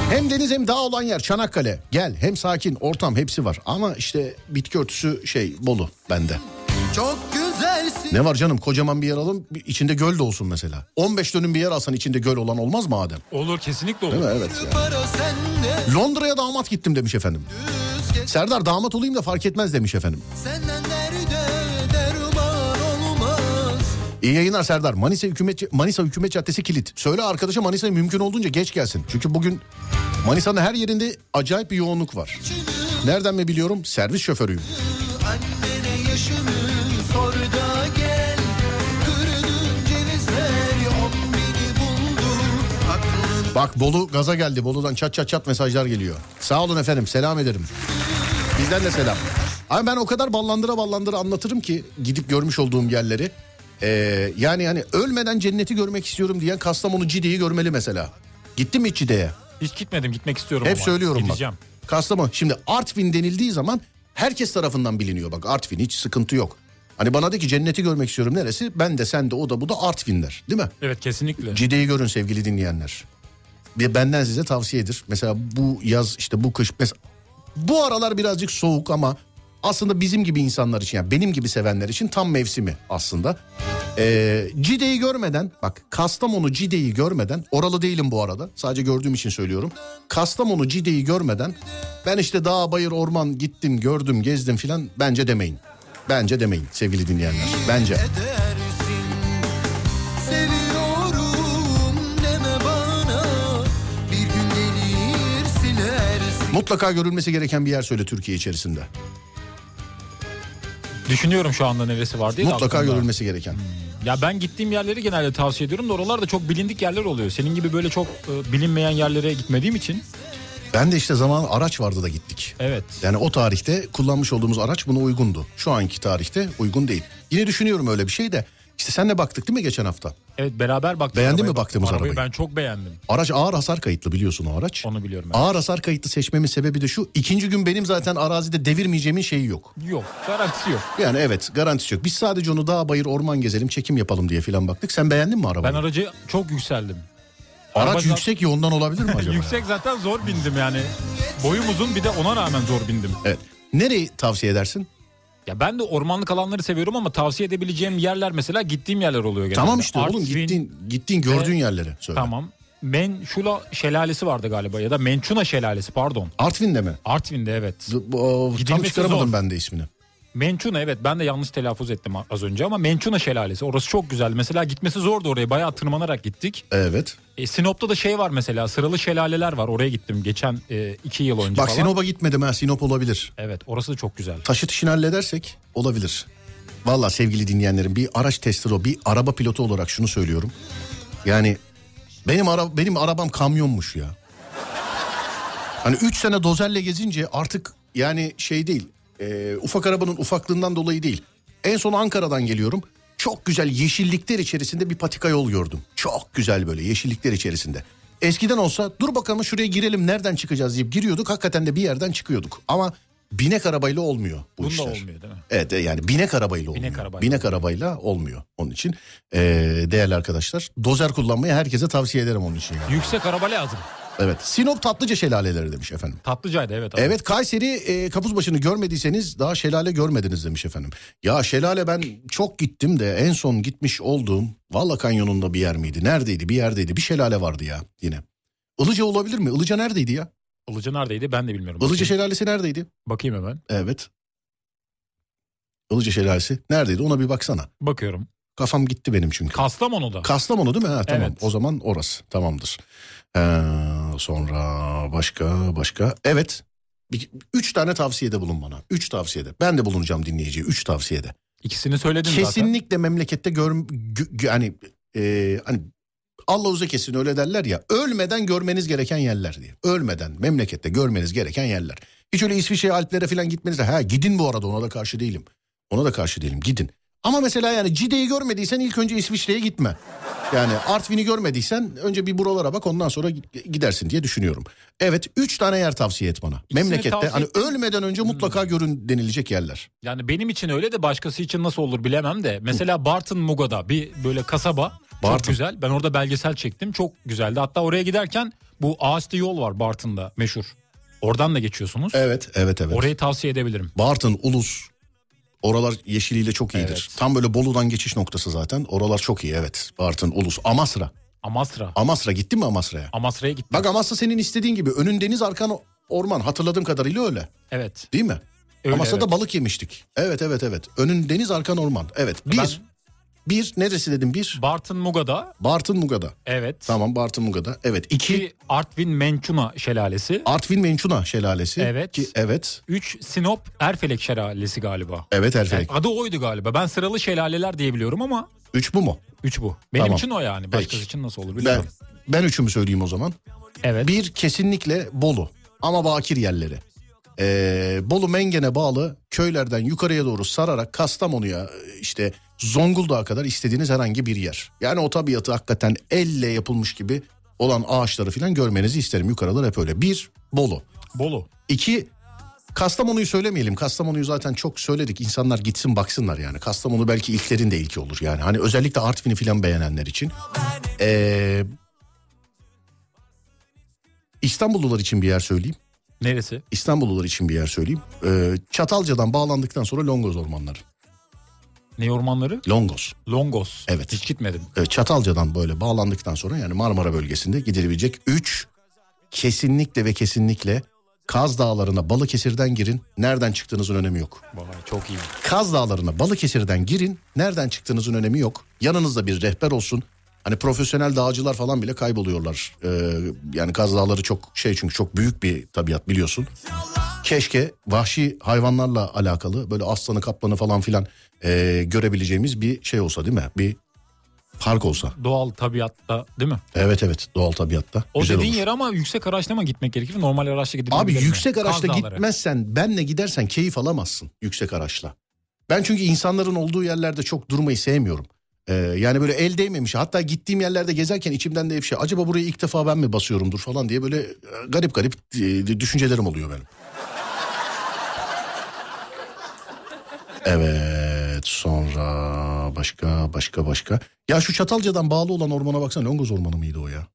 S2: Hem deniz hem dağ olan yer Çanakkale. Gel hem sakin ortam hepsi var. Ama işte bitki örtüsü şey Bolu bende.
S8: Çok güzelsin
S2: Ne var canım kocaman bir yer alalım bir- içinde göl de olsun mesela. 15 dönüm bir yer alsan içinde göl olan olmaz mı Adem?
S3: Olur kesinlikle olur.
S2: Değil mi? Evet. ya.
S8: para sende
S2: Londra'ya damat gittim demiş efendim. Serdar damat olayım da fark etmez demiş efendim.
S8: Senden derde derman olmaz
S2: İyi yayınlar Serdar. Manisa Hükümet Manisa Hükümet Caddesi kilit. Söyle arkadaşa Manisa'ya mümkün olduğunca geç gelsin. Çünkü bugün Manisa'nın her yerinde acayip bir yoğunluk var. Nereden mi biliyorum? Servis şoförüyüm.
S8: Annene yaşını sor da gel Kırdığın cevizler on bini buldu Aklını
S2: Bak Bolu gaza geldi. Bolu'dan çat çat çat mesajlar geliyor. Sağ olun efendim. Selam ederim. Bizden de selam. Abi ben o kadar ballandıra ballandıra anlatırım ki gidip görmüş olduğum yerleri. Ee, yani hani ölmeden cenneti görmek istiyorum diyen Kastamonu Cide'yi görmeli mesela. Gittin mi hiç Cide'ye?
S3: Hiç gitmedim gitmek istiyorum
S2: Hep
S3: ama.
S2: söylüyorum
S3: Gideceğim.
S2: bak. Kastamonu. Şimdi Artvin denildiği zaman herkes tarafından biliniyor bak Artvin hiç sıkıntı yok. Hani bana de ki cenneti görmek istiyorum neresi? Ben de sen de o da bu da Artvin der değil mi?
S3: Evet kesinlikle.
S2: Cide'yi görün sevgili dinleyenler. Bir benden size tavsiyedir. Mesela bu yaz işte bu kış mesela bu aralar birazcık soğuk ama aslında bizim gibi insanlar için yani benim gibi sevenler için tam mevsimi aslında. Ee, Cide'yi görmeden bak Kastamonu Cide'yi görmeden oralı değilim bu arada sadece gördüğüm için söylüyorum. Kastamonu Cide'yi görmeden ben işte dağ bayır orman gittim gördüm gezdim filan bence demeyin. Bence demeyin sevgili dinleyenler bence.
S6: edersin Seviyorum deme bana Bir gün gelir silersin
S2: Mutlaka görülmesi gereken bir yer söyle Türkiye içerisinde.
S3: Düşünüyorum şu anda neresi var diye. de
S2: Mutlaka
S3: aklımda.
S2: görülmesi gereken.
S3: Ya ben gittiğim yerleri genelde tavsiye ediyorum da oralarda çok bilindik yerler oluyor. Senin gibi böyle çok e, bilinmeyen yerlere gitmediğim için.
S2: Ben de işte zaman araç vardı da gittik.
S3: Evet.
S2: Yani o tarihte kullanmış olduğumuz araç buna uygundu. Şu anki tarihte uygun değil. Yine düşünüyorum öyle bir şey de. İşte senle baktık değil mi geçen hafta?
S3: Evet beraber baktık.
S2: Beğendin
S3: arabaya.
S2: mi baktığımız arabayı?
S3: Ben çok beğendim.
S2: Araç ağır hasar kayıtlı biliyorsun o araç.
S3: Onu biliyorum. ben.
S2: Ağır hasar kayıtlı seçmemin sebebi de şu. ikinci gün benim zaten arazide devirmeyeceğimin şeyi yok.
S3: Yok garantisi yok.
S2: Yani evet garantisi yok. Biz sadece onu dağ bayır orman gezelim çekim yapalım diye filan baktık. Sen beğendin mi
S3: Ben
S2: arabayı?
S3: aracı çok yükseldim.
S2: araç
S3: Araba-
S2: yüksek yoldan olabilir
S3: (laughs)
S2: mi acaba?
S3: Yüksek zaten zor bindim yani. Boyum uzun bir de ona rağmen zor bindim.
S2: Evet. Nereyi tavsiye edersin?
S3: Ya ben de ormanlık alanları seviyorum ama tavsiye edebileceğim yerler mesela gittiğim yerler oluyor genelde.
S2: Tamam işte oğlum
S3: Artvin,
S2: gittiğin, gittiğin gördüğün yerleri söyle.
S3: Tamam. Menşula şelalesi vardı galiba ya da Mençuna şelalesi pardon.
S2: Artvin'de mi?
S3: Artvin'de evet.
S2: Bu- o- Tam
S3: Gidilmesi
S2: çıkaramadım
S3: zor.
S2: ben de ismini.
S3: Mençuna evet ben de yanlış telaffuz ettim az önce ama Mençuna şelalesi orası çok güzel. Mesela gitmesi zordu oraya bayağı tırmanarak gittik.
S2: Evet.
S3: E, Sinop'ta da şey var mesela sıralı şelaleler var oraya gittim geçen e, iki yıl önce
S2: Bak
S3: falan.
S2: Sinop'a gitmedim ha Sinop olabilir.
S3: Evet orası da çok güzel.
S2: Taşıt işini halledersek olabilir. Valla sevgili dinleyenlerim bir araç testleri o bir araba pilotu olarak şunu söylüyorum. Yani benim ara, benim arabam kamyonmuş ya. Hani 3 sene dozerle gezince artık yani şey değil. e, ufak arabanın ufaklığından dolayı değil. En son Ankara'dan geliyorum. Çok güzel yeşillikler içerisinde bir patika yol gördüm. Çok güzel böyle yeşillikler içerisinde. Eskiden olsa dur bakalım şuraya girelim nereden çıkacağız deyip giriyorduk. Hakikaten de bir yerden çıkıyorduk. Ama binek arabayla olmuyor bu
S3: Bunda
S2: işler.
S3: olmuyor değil mi?
S2: Evet e, yani binek arabayla olmuyor. Binek arabayla,
S3: arabayla.
S2: olmuyor onun için. E, değerli arkadaşlar dozer kullanmayı herkese tavsiye ederim onun için. yani.
S3: Yüksek araba lazım.
S2: Evet Sinop Tatlıca Şelaleleri demiş efendim.
S3: Tatlıcaydı evet. abi.
S2: Evet Kayseri e, Kapuzbaşı'nı görmediyseniz daha şelale görmediniz demiş efendim. Ya şelale ben çok gittim de en son gitmiş olduğum Valla Kanyonu'nda bir yer miydi? Neredeydi? Bir yerdeydi. Bir şelale vardı ya yine. Ilıca olabilir mi? Ilıca neredeydi ya?
S3: Ilıca neredeydi ben de bilmiyorum.
S2: Ilıca şey-
S3: Bakayım-
S2: şelalesi neredeydi?
S3: Bakayım hemen.
S2: Evet. Ilıca şelalesi neredeydi? Ona bir baksana.
S3: Bakıyorum.
S2: Kafam gitti benim çünkü.
S3: Kastamonu'da.
S2: Kastamonu değil mi? Ha, tamam.
S3: Evet.
S2: O zaman orası. Tamamdır. Ee, sonra başka başka. Evet. Bir- Üç tane tavsiyede bulun bana. Üç tavsiyede. Ben de bulunacağım dinleyiciye. Üç tavsiyede.
S3: İkisini söyledim zaten.
S2: Kesinlikle memlekette gör, gö- gö- hani e, hani Allah uza kesin öyle derler ya. Ölmeden görmeniz gereken yerler diye. Ölmeden memlekette görmeniz gereken yerler. Hiç öyle İsviçre Alplere falan gitmeniz de ha gidin bu arada ona da karşı değilim. Ona da karşı değilim gidin. Ama mesela yani Cide'yi görmediysen ilk önce İsviçre'ye gitme. Yani Artvin'i görmediysen önce bir buralara bak ondan sonra gi- gidersin diye düşünüyorum. Evet 3 tane yer tavsiye et bana.
S3: İkisini
S2: Memlekette
S3: tavsiye Hmm.
S2: hani
S3: ettim.
S2: ölmeden önce mutlaka görün denilecek yerler.
S3: Yani benim için öyle de başkası için nasıl olur bilemem de. Mesela Bartın Muga'da bir böyle kasaba. Çok
S2: Bartın.
S3: güzel. Ben orada belgesel çektim. Çok güzeldi. Hatta oraya giderken bu ağaçlı yol var Bartın'da meşhur. Oradan da geçiyorsunuz.
S2: Evet evet evet.
S3: Orayı tavsiye edebilirim.
S2: Bartın, Ulus. Oralar yeşiliyle çok iyidir.
S3: Evet.
S2: Tam böyle Bolu'dan geçiş noktası zaten. Oralar çok iyi evet. Bartın, Ulus, Amasra.
S3: Amasra.
S2: Amasra gittin mi Amasra'ya?
S3: Amasra'ya gittim.
S2: Bak Amasra senin istediğin gibi. Önün deniz, arkan o- orman. Hatırladığım kadarıyla öyle.
S3: Evet.
S2: Değil mi?
S3: Öyle,
S2: Amasra'da
S3: evet.
S2: balık yemiştik. Evet evet evet. Önün deniz, arkan orman. Evet. Bir.
S3: Ben-
S2: Bir neresi dedim bir?
S3: Bartın Muga'da.
S2: Bartın Muga'da.
S3: Evet.
S2: Tamam Bartın Muga'da. Evet. İki.
S3: Ki Artvin Mençuna şelalesi.
S2: Artvin Mençuna şelalesi.
S3: Evet.
S2: Ki, evet.
S3: 3 Sinop Erfelek şelalesi galiba.
S2: Evet Erfelek.
S3: Yani adı oydu galiba. Ben sıralı şelaleler diyebiliyorum ama
S2: Üç bu mu?
S3: 3 bu. Benim
S2: Tamam.
S3: için o yani. Başkası
S2: Peki.
S3: için nasıl olur
S2: Ben,
S3: bilmiyorum.
S2: ben üçümü söyleyeyim o zaman.
S3: Evet.
S2: Bir kesinlikle Bolu ama bakir yerleri. Ee, Bolu Mengen'e bağlı köylerden yukarıya doğru sararak Kastamonu'ya işte Zonguldak'a kadar istediğiniz herhangi bir yer. Yani o tabiatı hakikaten elle yapılmış gibi olan ağaçları falan görmenizi isterim. Yukarılar hep öyle. Bir, Bolu.
S3: Bolu.
S2: İki, Kastamonu'yu söylemeyelim. Kastamonu'yu zaten çok söyledik. İnsanlar gitsin baksınlar yani. Kastamonu belki ilklerin de ilki olur yani. Hani özellikle Artvin'i falan beğenenler için. Ee, İstanbullular için bir yer söyleyeyim.
S3: Neresi?
S2: İstanbullular için bir yer söyleyeyim. Ee, Çatalca'dan bağlandıktan sonra Longoz ormanları.
S3: Ne ormanları?
S2: Longoz.
S3: Longos.
S2: Evet.
S3: Hiç gitmedim.
S2: Ee, Çatalca'dan böyle bağlandıktan sonra yani Marmara bölgesinde gidilebilecek 3 kesinlikle ve kesinlikle Kaz Dağları'na Balıkesir'den girin. Nereden çıktığınızın önemi yok.
S3: Vay çok iyi.
S2: Kaz Dağları'na Balıkesir'den girin. Nereden çıktığınızın önemi yok. Yanınızda bir rehber olsun. Hani profesyonel dağcılar falan bile kayboluyorlar. Ee, yani Kaz Dağları çok şey çünkü çok büyük bir tabiat biliyorsun. Keşke vahşi hayvanlarla alakalı böyle aslanı kaplanı falan filan ee, görebileceğimiz bir şey olsa değil mi? Bir park olsa.
S3: Doğal tabiatta değil mi?
S2: Evet evet doğal tabiatta.
S3: O
S2: Güzel
S3: dediğin
S2: olur.
S3: yere ama yüksek araçla mı gitmek gerekir? Normal araçla gidilebilir
S2: Abi
S3: mi?
S2: yüksek
S3: Kaz
S2: araçla
S3: Dağları.
S2: gitmezsen benle gidersen keyif alamazsın yüksek araçla. Ben çünkü insanların olduğu yerlerde çok durmayı sevmiyorum. Ee, yani böyle el değmemiş hatta gittiğim yerlerde gezerken içimden de hep şey acaba burayı ilk defa ben mi basıyorumdur falan diye böyle e, garip garip e, düşüncelerim oluyor
S3: (laughs)
S2: benim. Evet sonra başka başka başka. Ya şu Çatalca'dan bağlı olan ormana baksana Longoz Ormanı mıydı o ya?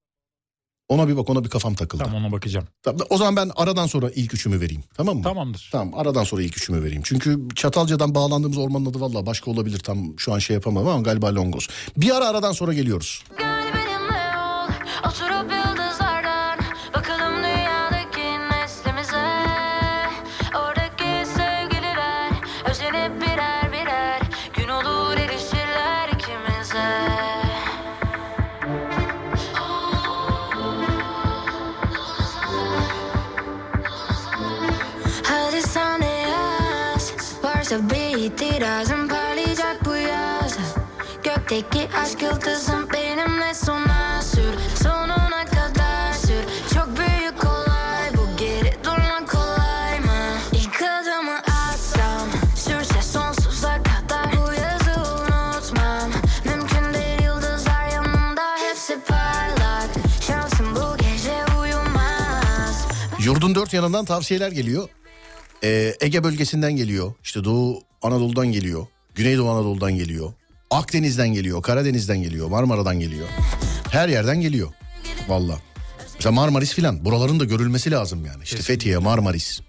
S2: Ona bir bak ona bir kafam takıldı.
S3: Tamam ona bakacağım.
S2: Tamam, o zaman ben aradan sonra ilk üçümü vereyim. Tamam mı?
S3: Tamamdır.
S2: Tamam aradan sonra ilk üçümü vereyim. Çünkü Çatalca'dan bağlandığımız ormanın adı valla başka olabilir. Tam şu an şey yapamam ama galiba Longos. Bir ara aradan sonra geliyoruz.
S10: Gel benimle ol Oturup yıldızlardan Bakalım dünyadaki neslimize Oradaki sevgililer Özenip birer birer Gün olur erişirler ikimize Hadi sen de yaz Varsa bir itirazın parlayacak bu yaz Gökteki aşk yıldızım benimle sona sür Sonuna kadar sür Çok büyük olay bu geri durmak kolay mı? İlk adımı atsam Sürse sonsuza kadar Bu yazı unutmam Mümkün değil yıldızlar yanımda Hepsi parlak Şansım bu gece uyumaz
S2: Yurdun dört yanından tavsiyeler geliyor. Ee, Ege bölgesinden geliyor. İşte Doğu Anadolu'dan geliyor. Güneydoğu Anadolu'dan geliyor. Akdeniz'den geliyor. Karadeniz'den geliyor. Marmara'dan geliyor. Her yerden geliyor. Valla. Mesela Marmaris filan. Buraların da görülmesi lazım yani. İşte Fethiye, Marmaris.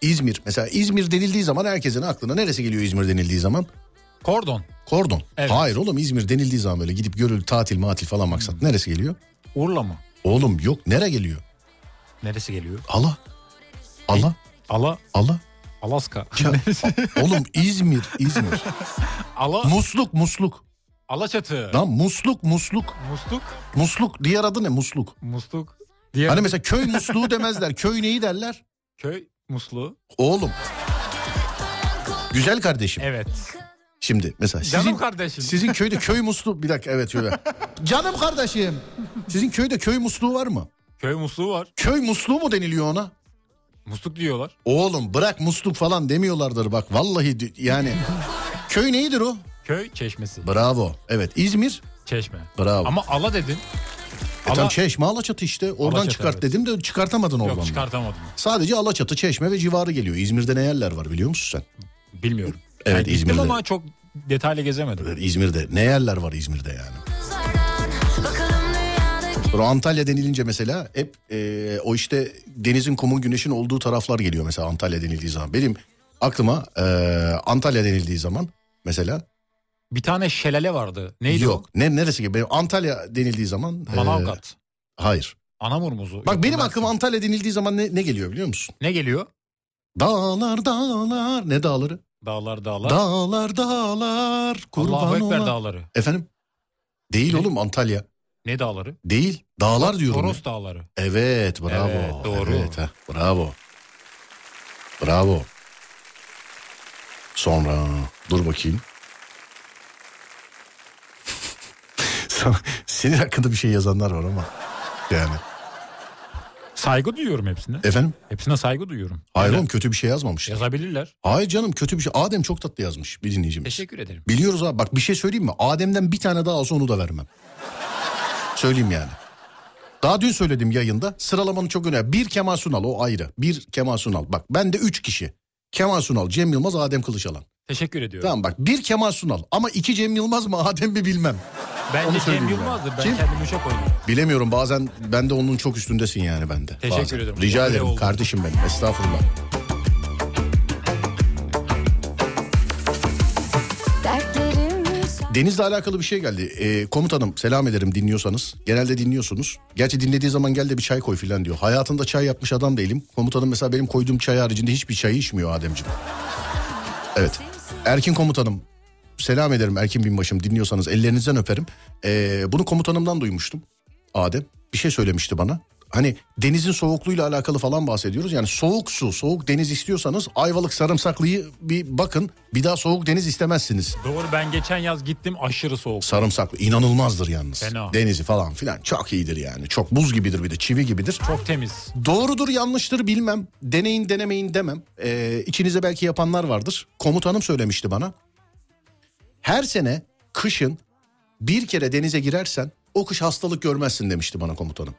S2: İzmir. Mesela İzmir denildiği zaman herkesin aklına neresi geliyor İzmir denildiği zaman?
S3: Kordon.
S2: Kordon.
S3: Evet.
S2: Hayır oğlum İzmir denildiği zaman böyle gidip görül tatil matil falan maksat. Neresi geliyor?
S3: Urla mı?
S2: Oğlum yok nere geliyor?
S3: Neresi geliyor?
S2: Ala. Ala.
S3: Ala.
S2: Ala. (laughs)
S3: Alaska.
S2: Ya, oğlum İzmir, İzmir.
S3: Ala.
S2: Musluk, musluk.
S3: Alaçatı.
S2: Lan musluk, musluk.
S3: Musluk.
S2: Musluk diğer adı ne musluk?
S3: Musluk. Diğer
S2: Hani mesela köy musluğu demezler. Köy neyi derler?
S3: köy musluğu.
S2: Oğlum. Güzel kardeşim.
S3: Evet.
S2: Şimdi mesela sizin
S3: Canım kardeşim.
S2: sizin köyde köy musluğu bir dakika evet şöyle. Canım kardeşim. Sizin köyde köy musluğu var mı?
S3: Köy musluğu var.
S2: Köy musluğu mu deniliyor ona?
S3: Musluk diyorlar.
S2: Oğlum bırak musluk falan demiyorlardır bak. Vallahi di- yani. köy neyidir o?
S3: Köy çeşmesi.
S2: Bravo. Evet İzmir.
S3: Çeşme.
S2: Bravo.
S3: Ama ala dedin.
S2: E tam
S3: Ala-
S2: Çeşme Alaçatı işte. Oradan
S3: Alaçatı,
S2: çıkart
S3: evet.
S2: dedim de çıkartamadın oradan.
S3: Yok çıkartamadım.
S2: Sadece Alaçatı, Çeşme ve civarı geliyor. İzmir'de ne yerler var biliyor musun sen?
S3: Bilmiyorum.
S2: Evet,
S3: Yani gittim
S2: İzmir'de.
S3: ama çok detaylı gezemedim.
S2: Böyle İzmir'de ne yerler var İzmir'de yani?
S10: Yıldızlardan Bakalım dünyadaki
S2: Sonra Antalya denilince mesela hep e, o işte denizin, kumun, güneşin olduğu taraflar geliyor mesela Antalya denildiği zaman. Benim aklıma e, Antalya denildiği zaman mesela
S3: Bir tane şelale vardı. Neydi
S2: yok. Ne neresi gibi? Benim Antalya denildiği zaman
S3: o?
S2: e,
S3: Manavgat.
S2: hayır.
S3: Anamur muzu.
S2: Bak
S3: Yok,
S2: benim
S3: Mersin.
S2: aklıma Antalya denildiği zaman ne, ne geliyor biliyor musun?
S3: Ne geliyor?
S2: Dağlar dağlar ne dağları?
S3: Dağlar dağlar.
S2: Dağlar dağlar kurban
S3: Allahu Ekber
S2: olan-
S3: dağları.
S2: Efendim? Değil
S3: Ne?
S2: oğlum Antalya.
S3: Ne dağları?
S2: Değil. Dağlar diyorum. ya.
S3: Toros dağları.
S2: Evet bravo.
S3: Evet, doğru.
S2: Evet, ha, bravo. Bravo. Sonra dur bakayım. (laughs) Sana- Senin hakkında bir şey yazanlar var ama. Yani.
S3: Saygı duyuyorum hepsine.
S2: Efendim?
S3: Hepsine saygı duyuyorum.
S2: E- Hayır
S3: Öyle
S2: oğlum kötü bir şey yazmamış.
S3: Yazabilirler.
S2: Hayır canım kötü bir şey. Adem çok tatlı yazmış bir dinleyicimiz.
S3: Teşekkür ederim.
S2: Biliyoruz abi bak bir şey söyleyeyim mi? Adem'den bir tane daha alsa onu da vermem. söyleyeyim yani. Daha dün söyledim yayında sıralamanın çok önemli. Bir Kemal Sunal o ayrı. Bir Kemal Sunal. Bak ben de üç kişi. Kemal Sunal, Cem Yılmaz, Adem Kılıçalan.
S3: Teşekkür ediyorum.
S2: Tamam bak bir Kemal Sunal ama iki Cem Yılmaz mı Adem mi bilmem.
S3: Bence
S2: onu
S3: Cem
S2: söyleyeyim ben.
S3: Yılmaz'dır. Ben
S2: Kim?
S3: kendimi çok oynuyorum.
S2: Bilemiyorum bazen ben de onun çok üstündesin yani bende.
S3: Teşekkür
S2: bazen.
S3: ederim.
S2: Rica
S3: Öyle
S2: ederim
S3: oldu.
S2: kardeşim benim estağfurullah.
S10: Dertlerim
S2: Denizle alakalı bir şey geldi. Ee, komutanım selam ederim dinliyorsanız. Genelde dinliyorsunuz. Gerçi dinlediği zaman gel de bir çay koy filan diyor. Hayatında çay yapmış adam değilim. Komutanım mesela benim koyduğum çay haricinde hiçbir çayı içmiyor Ademciğim. Evet. Erkin komutanım selam ederim Erkin binbaşım dinliyorsanız ellerinizden öperim. Ee, bunu komutanımdan duymuştum. Adem bir şey söylemişti bana. Hani denizin soğukluğuyla alakalı falan bahsediyoruz. Yani soğuk su, soğuk deniz istiyorsanız Ayvalık sarımsaklıyı bir bakın. Bir daha soğuk deniz istemezsiniz.
S3: Doğru ben geçen yaz gittim aşırı soğuk.
S2: Sarımsaklı inanılmazdır yalnız.
S3: Fena.
S2: Denizi falan filan çok iyidir yani. Çok buz gibidir bir de çivi gibidir.
S3: Çok temiz.
S2: Doğrudur yanlıştır bilmem. Deneyin denemeyin demem. Ee, içinize belki yapanlar vardır. Komutanım söylemişti bana. Her sene kışın bir kere denize girersen o kış hastalık görmezsin demişti bana komutanım.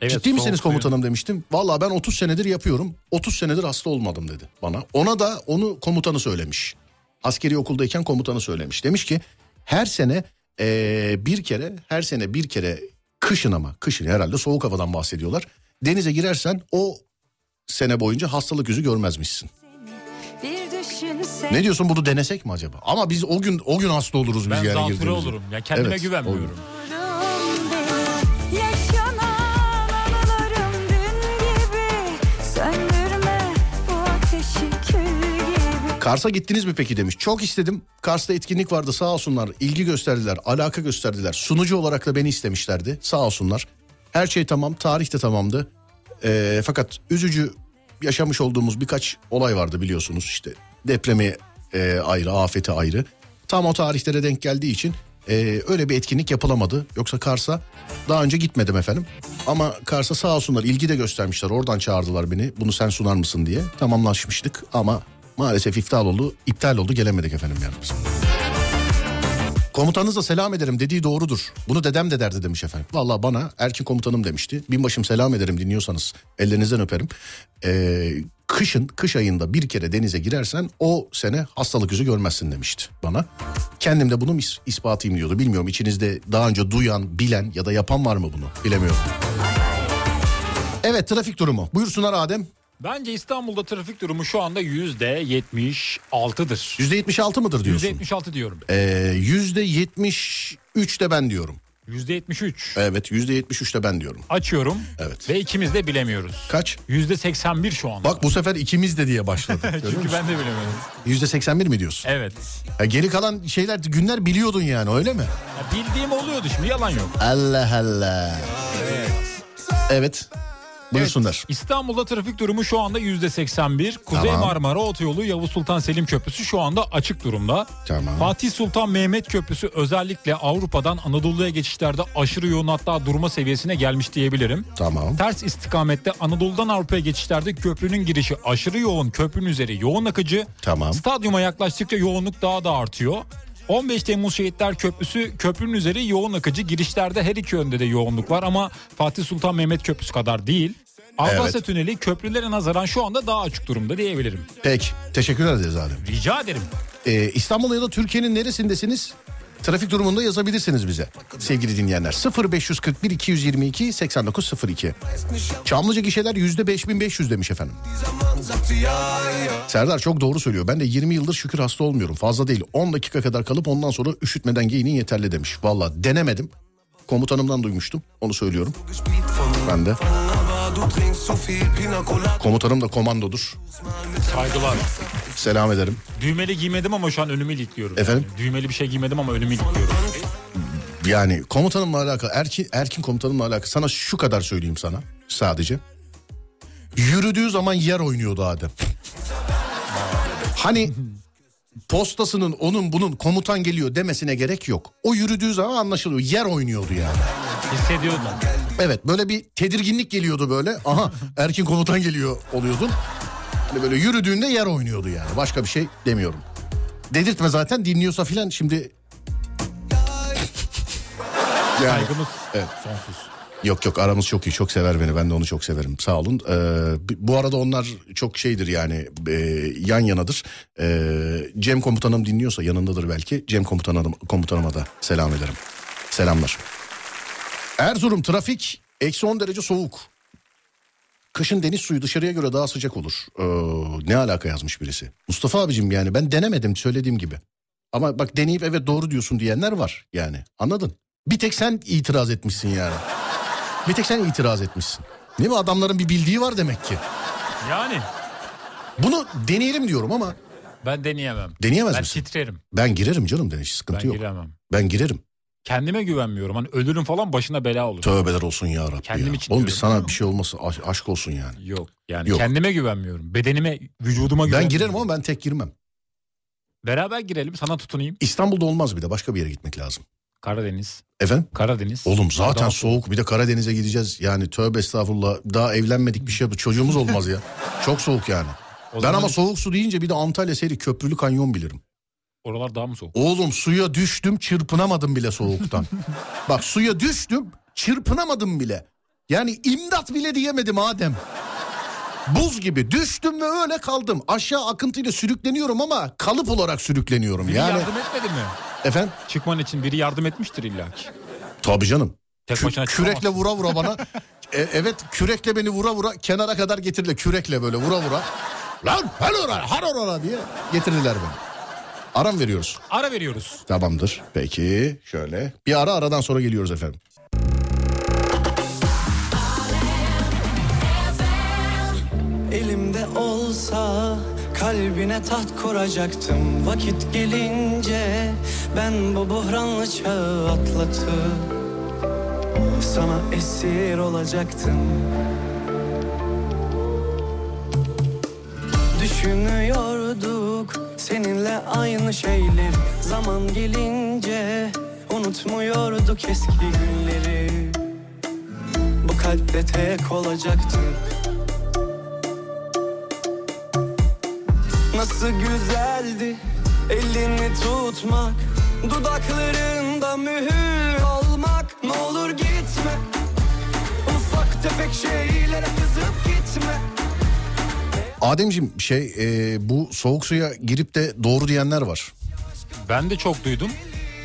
S3: Evet,
S2: Ciddi misiniz
S3: soğuk suyun-
S2: komutanım demiştim. Valla ben 30 senedir yapıyorum. 30 senedir hasta olmadım dedi bana. Ona da onu komutanı söylemiş. Askeri okuldayken komutanı söylemiş. Demiş ki her sene eee, bir kere her sene bir kere kışın ama kışın herhalde soğuk havadan bahsediyorlar. Denize girersen o sene boyunca hastalık yüzü görmezmişsin.
S10: bir düşünsen
S2: Ne diyorsun bunu denesek mi acaba? Ama biz o gün o gün hasta oluruz biz
S3: Ben
S2: yani
S3: zatürre
S2: girdiğimiz
S3: olurum.
S2: zaman.
S3: Ya kendime
S2: Evet,
S3: güvenmiyorum.
S2: olur.
S10: Durum değil, yaşanan anılarım dün gibi Söndürme bu ateşi kül gibi
S2: Kars'a gittiniz mi peki demiş. Çok istedim. Kars'ta etkinlik vardı sağ olsunlar. İlgi gösterdiler, alaka gösterdiler. Sunucu olarak da beni istemişlerdi sağ olsunlar. Her şey tamam, tarih de tamamdı. Ee, fakat üzücü yaşamış olduğumuz birkaç olay vardı biliyorsunuz işte. Depremi e, ayrı, afeti ayrı. Tam o tarihlere denk geldiği için e, öyle bir etkinlik yapılamadı. Yoksa Kars'a daha önce gitmedim efendim. Ama Kars'a sağ olsunlar ilgi de göstermişler. Oradan çağırdılar beni. Bunu sen sunar mısın diye. Tamamlaşmıştık ama maalesef iptal oldu. İptal oldu gelemedik efendim yanımıza. Komutanınıza selam ederim dediği doğrudur. Bunu dedem de derdi demiş efendim. Valla bana Erkin komutanım demişti. Binbaşım selam ederim dinliyorsanız ellerinizden öperim. Ee, kışın, kış ayında bir kere denize girersen o sene hastalık yüzü görmezsin demişti bana. Kendim de bunun is- ispatıyım diyordu. Bilmiyorum içinizde daha önce duyan, bilen ya da yapan var mı bunu bilemiyorum. Evet trafik durumu. Buyursunlar Adem.
S3: Bence İstanbul'da trafik durumu şu anda %76'dır.
S2: %76 mıdır diyorsun?
S3: %76 diyorum.
S2: Ee, %73 de ben diyorum.
S3: %73.
S2: Evet %73 de ben diyorum.
S3: Açıyorum
S2: Evet.
S3: ve ikimiz de bilemiyoruz.
S2: Kaç?
S3: %81 şu anda.
S2: Bak bu sefer ikimiz de diye başladı.
S3: Çünkü ben de bilemedim.
S2: Yüzde 81 mi diyorsun?
S3: Evet.
S2: Ya geri kalan şeyler günler biliyordun yani öyle mi?
S3: Ya bildiğim oluyordu şimdi yalan yok.
S2: Allah Allah. Evet. Buyursunlar.
S3: İstanbul'da trafik durumu şu anda %81. Kuzey
S2: Tamam.
S3: Marmara Otoyolu Yavuz Sultan Selim Köprüsü şu anda açık durumda.
S2: Tamam.
S3: Fatih Sultan Mehmet Köprüsü özellikle Avrupa'dan Anadolu'ya geçişlerde aşırı yoğun hatta durma seviyesine gelmiş diyebilirim.
S2: Tamam.
S3: Ters istikamette Anadolu'dan Avrupa'ya geçişlerde köprünün girişi aşırı yoğun, köprünün üzeri yoğun akıcı.
S2: Tamam.
S3: Stadyuma yaklaştıkça yoğunluk daha da artıyor. 15 Temmuz Şehitler Köprüsü köprünün üzeri yoğun akıcı girişlerde her iki yönde de yoğunluk var ama Fatih Sultan Mehmet Köprüsü kadar değil. Avrasya
S2: Evet.
S3: Tüneli köprülere nazaran şu anda daha açık durumda diyebilirim.
S2: Peki. Teşekkür ederiz Adem.
S3: Rica ederim.
S2: Ee, İstanbul ya da Türkiye'nin neresindesiniz? Trafik durumunda yazabilirsiniz bize sevgili dinleyenler. 0541 222 8902. Çamlıca gişeler %5500 demiş efendim. Serdar çok doğru söylüyor. Ben de 20 yıldır şükür hasta olmuyorum. Fazla değil 10 dakika kadar kalıp ondan sonra üşütmeden giyinin yeterli demiş. Valla denemedim. Komutanımdan duymuştum. Onu söylüyorum. Ben de. Komutanım da komandodur.
S3: Saygılar.
S2: Selam ederim.
S3: Düğmeli giymedim ama şu an önümü ilikliyorum.
S2: Efendim?
S3: Yani düğmeli bir şey giymedim ama önümü ilikliyorum.
S2: Yani komutanımla alakalı, Erkin, Erkin komutanımla alakalı sana şu kadar söyleyeyim sana sadece. Yürüdüğü zaman yer oynuyordu Adem. hani postasının onun bunun komutan geliyor demesine gerek yok. O yürüdüğü zaman anlaşılıyor. Yer oynuyordu yani.
S3: Hissediyordum.
S2: Evet böyle bir tedirginlik geliyordu böyle. Aha Erkin komutan geliyor oluyordun. Hani böyle yürüdüğünde yer oynuyordu yani. Başka bir şey demiyorum. Dedirtme zaten dinliyorsa filan şimdi... Yani,
S3: Saygımız
S2: evet.
S3: sonsuz.
S2: Yok yok aramız çok iyi çok sever beni ben de onu çok severim sağ olun. Ee, b- bu arada onlar çok şeydir yani e, yan yanadır. Ee, Cem komutanım dinliyorsa yanındadır belki Cem komutanım, komutanıma da selam ederim. Selamlar. Erzurum trafik eksi 10 derece soğuk. Kışın deniz suyu dışarıya göre daha sıcak olur. Ee, ne alaka yazmış birisi. Mustafa abicim yani ben denemedim söylediğim gibi. Ama bak deneyip evet doğru diyorsun diyenler var yani anladın. Bir tek sen itiraz etmişsin yani. Bir tek sen itiraz etmişsin. Değil mi? Adamların bir bildiği var demek ki.
S3: Yani
S2: Bunu deneyelim diyorum ama
S3: ben deneyemem.
S2: deneyemez
S3: Ben
S2: misin?
S3: titrerim.
S2: Ben girerim canım deniz sıkıntı
S3: Ben
S2: yok.
S3: giremem.
S2: Ben girerim.
S3: Kendime güvenmiyorum. Hani ölürüm falan başına bela olur.
S2: Tövbeler olsun ya Rabbi
S3: Kendim
S2: ya.
S3: için
S2: Oğlum bir
S3: diyorum.
S2: sana bir şey olmasın aş- aşk olsun yani.
S3: Yok yani
S2: Yok.
S3: kendime güvenmiyorum. Bedenime, vücuduma güvenmiyorum.
S2: Ben girerim ama ben tek girmem.
S3: Beraber girelim sana tutunayım.
S2: İstanbul'da olmaz bir de başka bir yere gitmek lazım.
S3: Karadeniz.
S2: Efendim?
S3: Karadeniz.
S2: Oğlum zaten
S3: Oradan-
S2: soğuk bir de Karadeniz'e gideceğiz. Yani tövbe estağfurullah daha evlenmedik bir şey bu çocuğumuz olmaz ya. Çok soğuk yani.
S3: O
S2: Ben
S3: zaman
S2: ama soğuk su deyince bir de Antalya seri köprülü kanyon bilirim.
S3: Oralar daha mı soğuk?
S2: Oğlum suya düştüm çırpınamadım bile soğuktan. Bak suya düştüm çırpınamadım bile. Yani imdat bile diyemedim Adem. Buz gibi düştüm ve öyle kaldım. Aşağı akıntıyla sürükleniyorum ama kalıp olarak sürükleniyorum.
S3: Biri
S2: yani
S3: yardım etmedi mi?
S2: efendim
S3: Çıkman için biri yardım etmiştir illa ki.
S2: tabii canım.
S3: Tek
S2: Kü-
S3: başına çıkamazsın.
S2: kürekle vura vura bana. E, evet kürekle beni vura vura kenara kadar getirdiler. Kürekle böyle vura vura. Lan hal oraya har oraya diye getirdiler beni. Aram veriyoruz.
S3: Ara veriyoruz.
S2: Tamamdır. Peki şöyle. Bir ara aradan sonra geliyoruz efendim.
S6: Elimde olsa kalbine taht kuracaktım Vakit gelince ben bu buhranlı çağı atlatıp Sana esir olacaktım Düşünüyorduk seninle aynı şeyleri Zaman gelince unutmuyorduk eski günleri Bu kalpte tek olacaktım Nasıl güzeldi elini tutmak Dudaklarında mühür olmak Ne olur gitme Ufak tefek şeylere kızıp gitme
S2: Ademciğim şey e, bu soğuk suya girip de doğru diyenler var.
S3: Ben de çok duydum.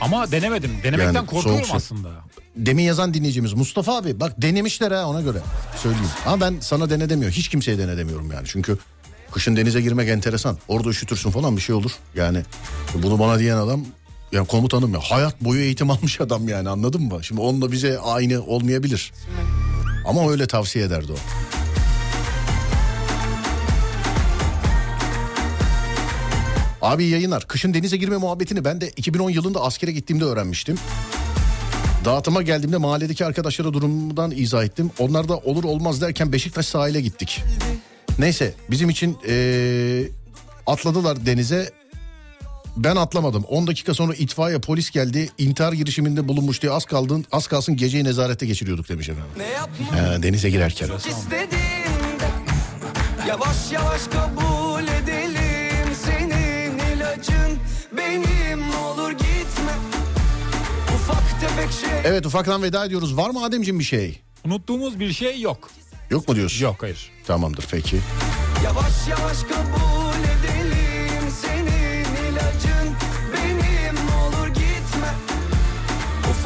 S3: Ama denemedim. Denemekten
S2: Yani
S3: korkuyorum
S2: soğuk su.
S3: aslında.
S2: Demin yazan dinleyicimiz Mustafa abi bak denemişler ha ona göre söyleyeyim. Ama ben sana dene demiyorum hiç kimseye dene demiyorum yani çünkü kışın denize girmek enteresan. Orada üşütürsün falan bir şey olur yani bunu bana diyen adam ya komutanım ya hayat boyu eğitim (laughs) almış adam yani anladın mı? Şimdi onunla bize aynı olmayabilir. Ama öyle tavsiye ederdi o. Abi iyi yayınlar. Kışın denize girme muhabbetini ben de 2010 yılında askere gittiğimde öğrenmiştim. Dağıtıma geldiğimde mahalledeki arkadaşlara durumdan izah ettim. Onlar da olur olmaz derken Beşiktaş sahile gittik. Neyse bizim için eee, atladılar denize. Ben atlamadım. 10 dakika sonra itfaiye polis geldi. İntihar girişiminde bulunmuş diye az, kaldın, az kalsın geceyi nezarette geçiriyorduk demiş efendim.
S6: Ne yapmak
S2: Ha, denize girerken.
S6: istediğimde Yavaş yavaş kabul edelim Senin ilacın benim Ne olur gitme Ufak tefek şey
S2: Evet ufaktan veda ediyoruz. Var mı Ademciğim bir şey?
S3: Unuttuğumuz bir şey yok.
S2: Yok mu diyorsun?
S3: Yok hayır.
S2: Tamamdır peki.
S6: Yavaş yavaş kabul edelim senin ilacın benim Ne olur gitme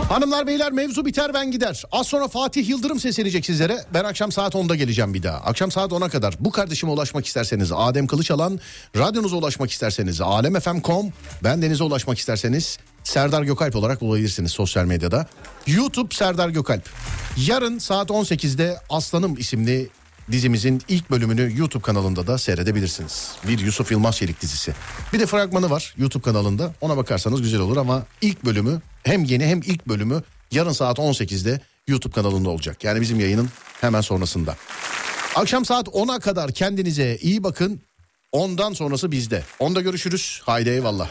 S2: Hanımlar beyler mevzu biter ben gider. Az sonra Fatih Yıldırım seslenecek sizlere. Ben akşam saat 10'da geleceğim bir daha. Akşam saat 10'a kadar bu kardeşime ulaşmak isterseniz Adem Kılıçalan, radyonuza ulaşmak isterseniz alemfm.com, ben denize ulaşmak isterseniz Serdar Gökalp olarak bulabilirsiniz sosyal medyada. YouTube Serdar Gökalp. Yarın saat 18'de Aslanım isimli dizimizin ilk bölümünü YouTube kanalında da seyredebilirsiniz. Bir Yusuf Yılmaz Çelik dizisi. Bir de fragmanı var YouTube kanalında. Ona bakarsanız güzel olur ama ilk bölümü hem yeni hem ilk bölümü yarın saat 18'de YouTube kanalında olacak. Yani bizim yayının hemen sonrasında. Akşam saat 10'a kadar kendinize iyi bakın. Ondan sonrası bizde. Onda görüşürüz. Haydi eyvallah.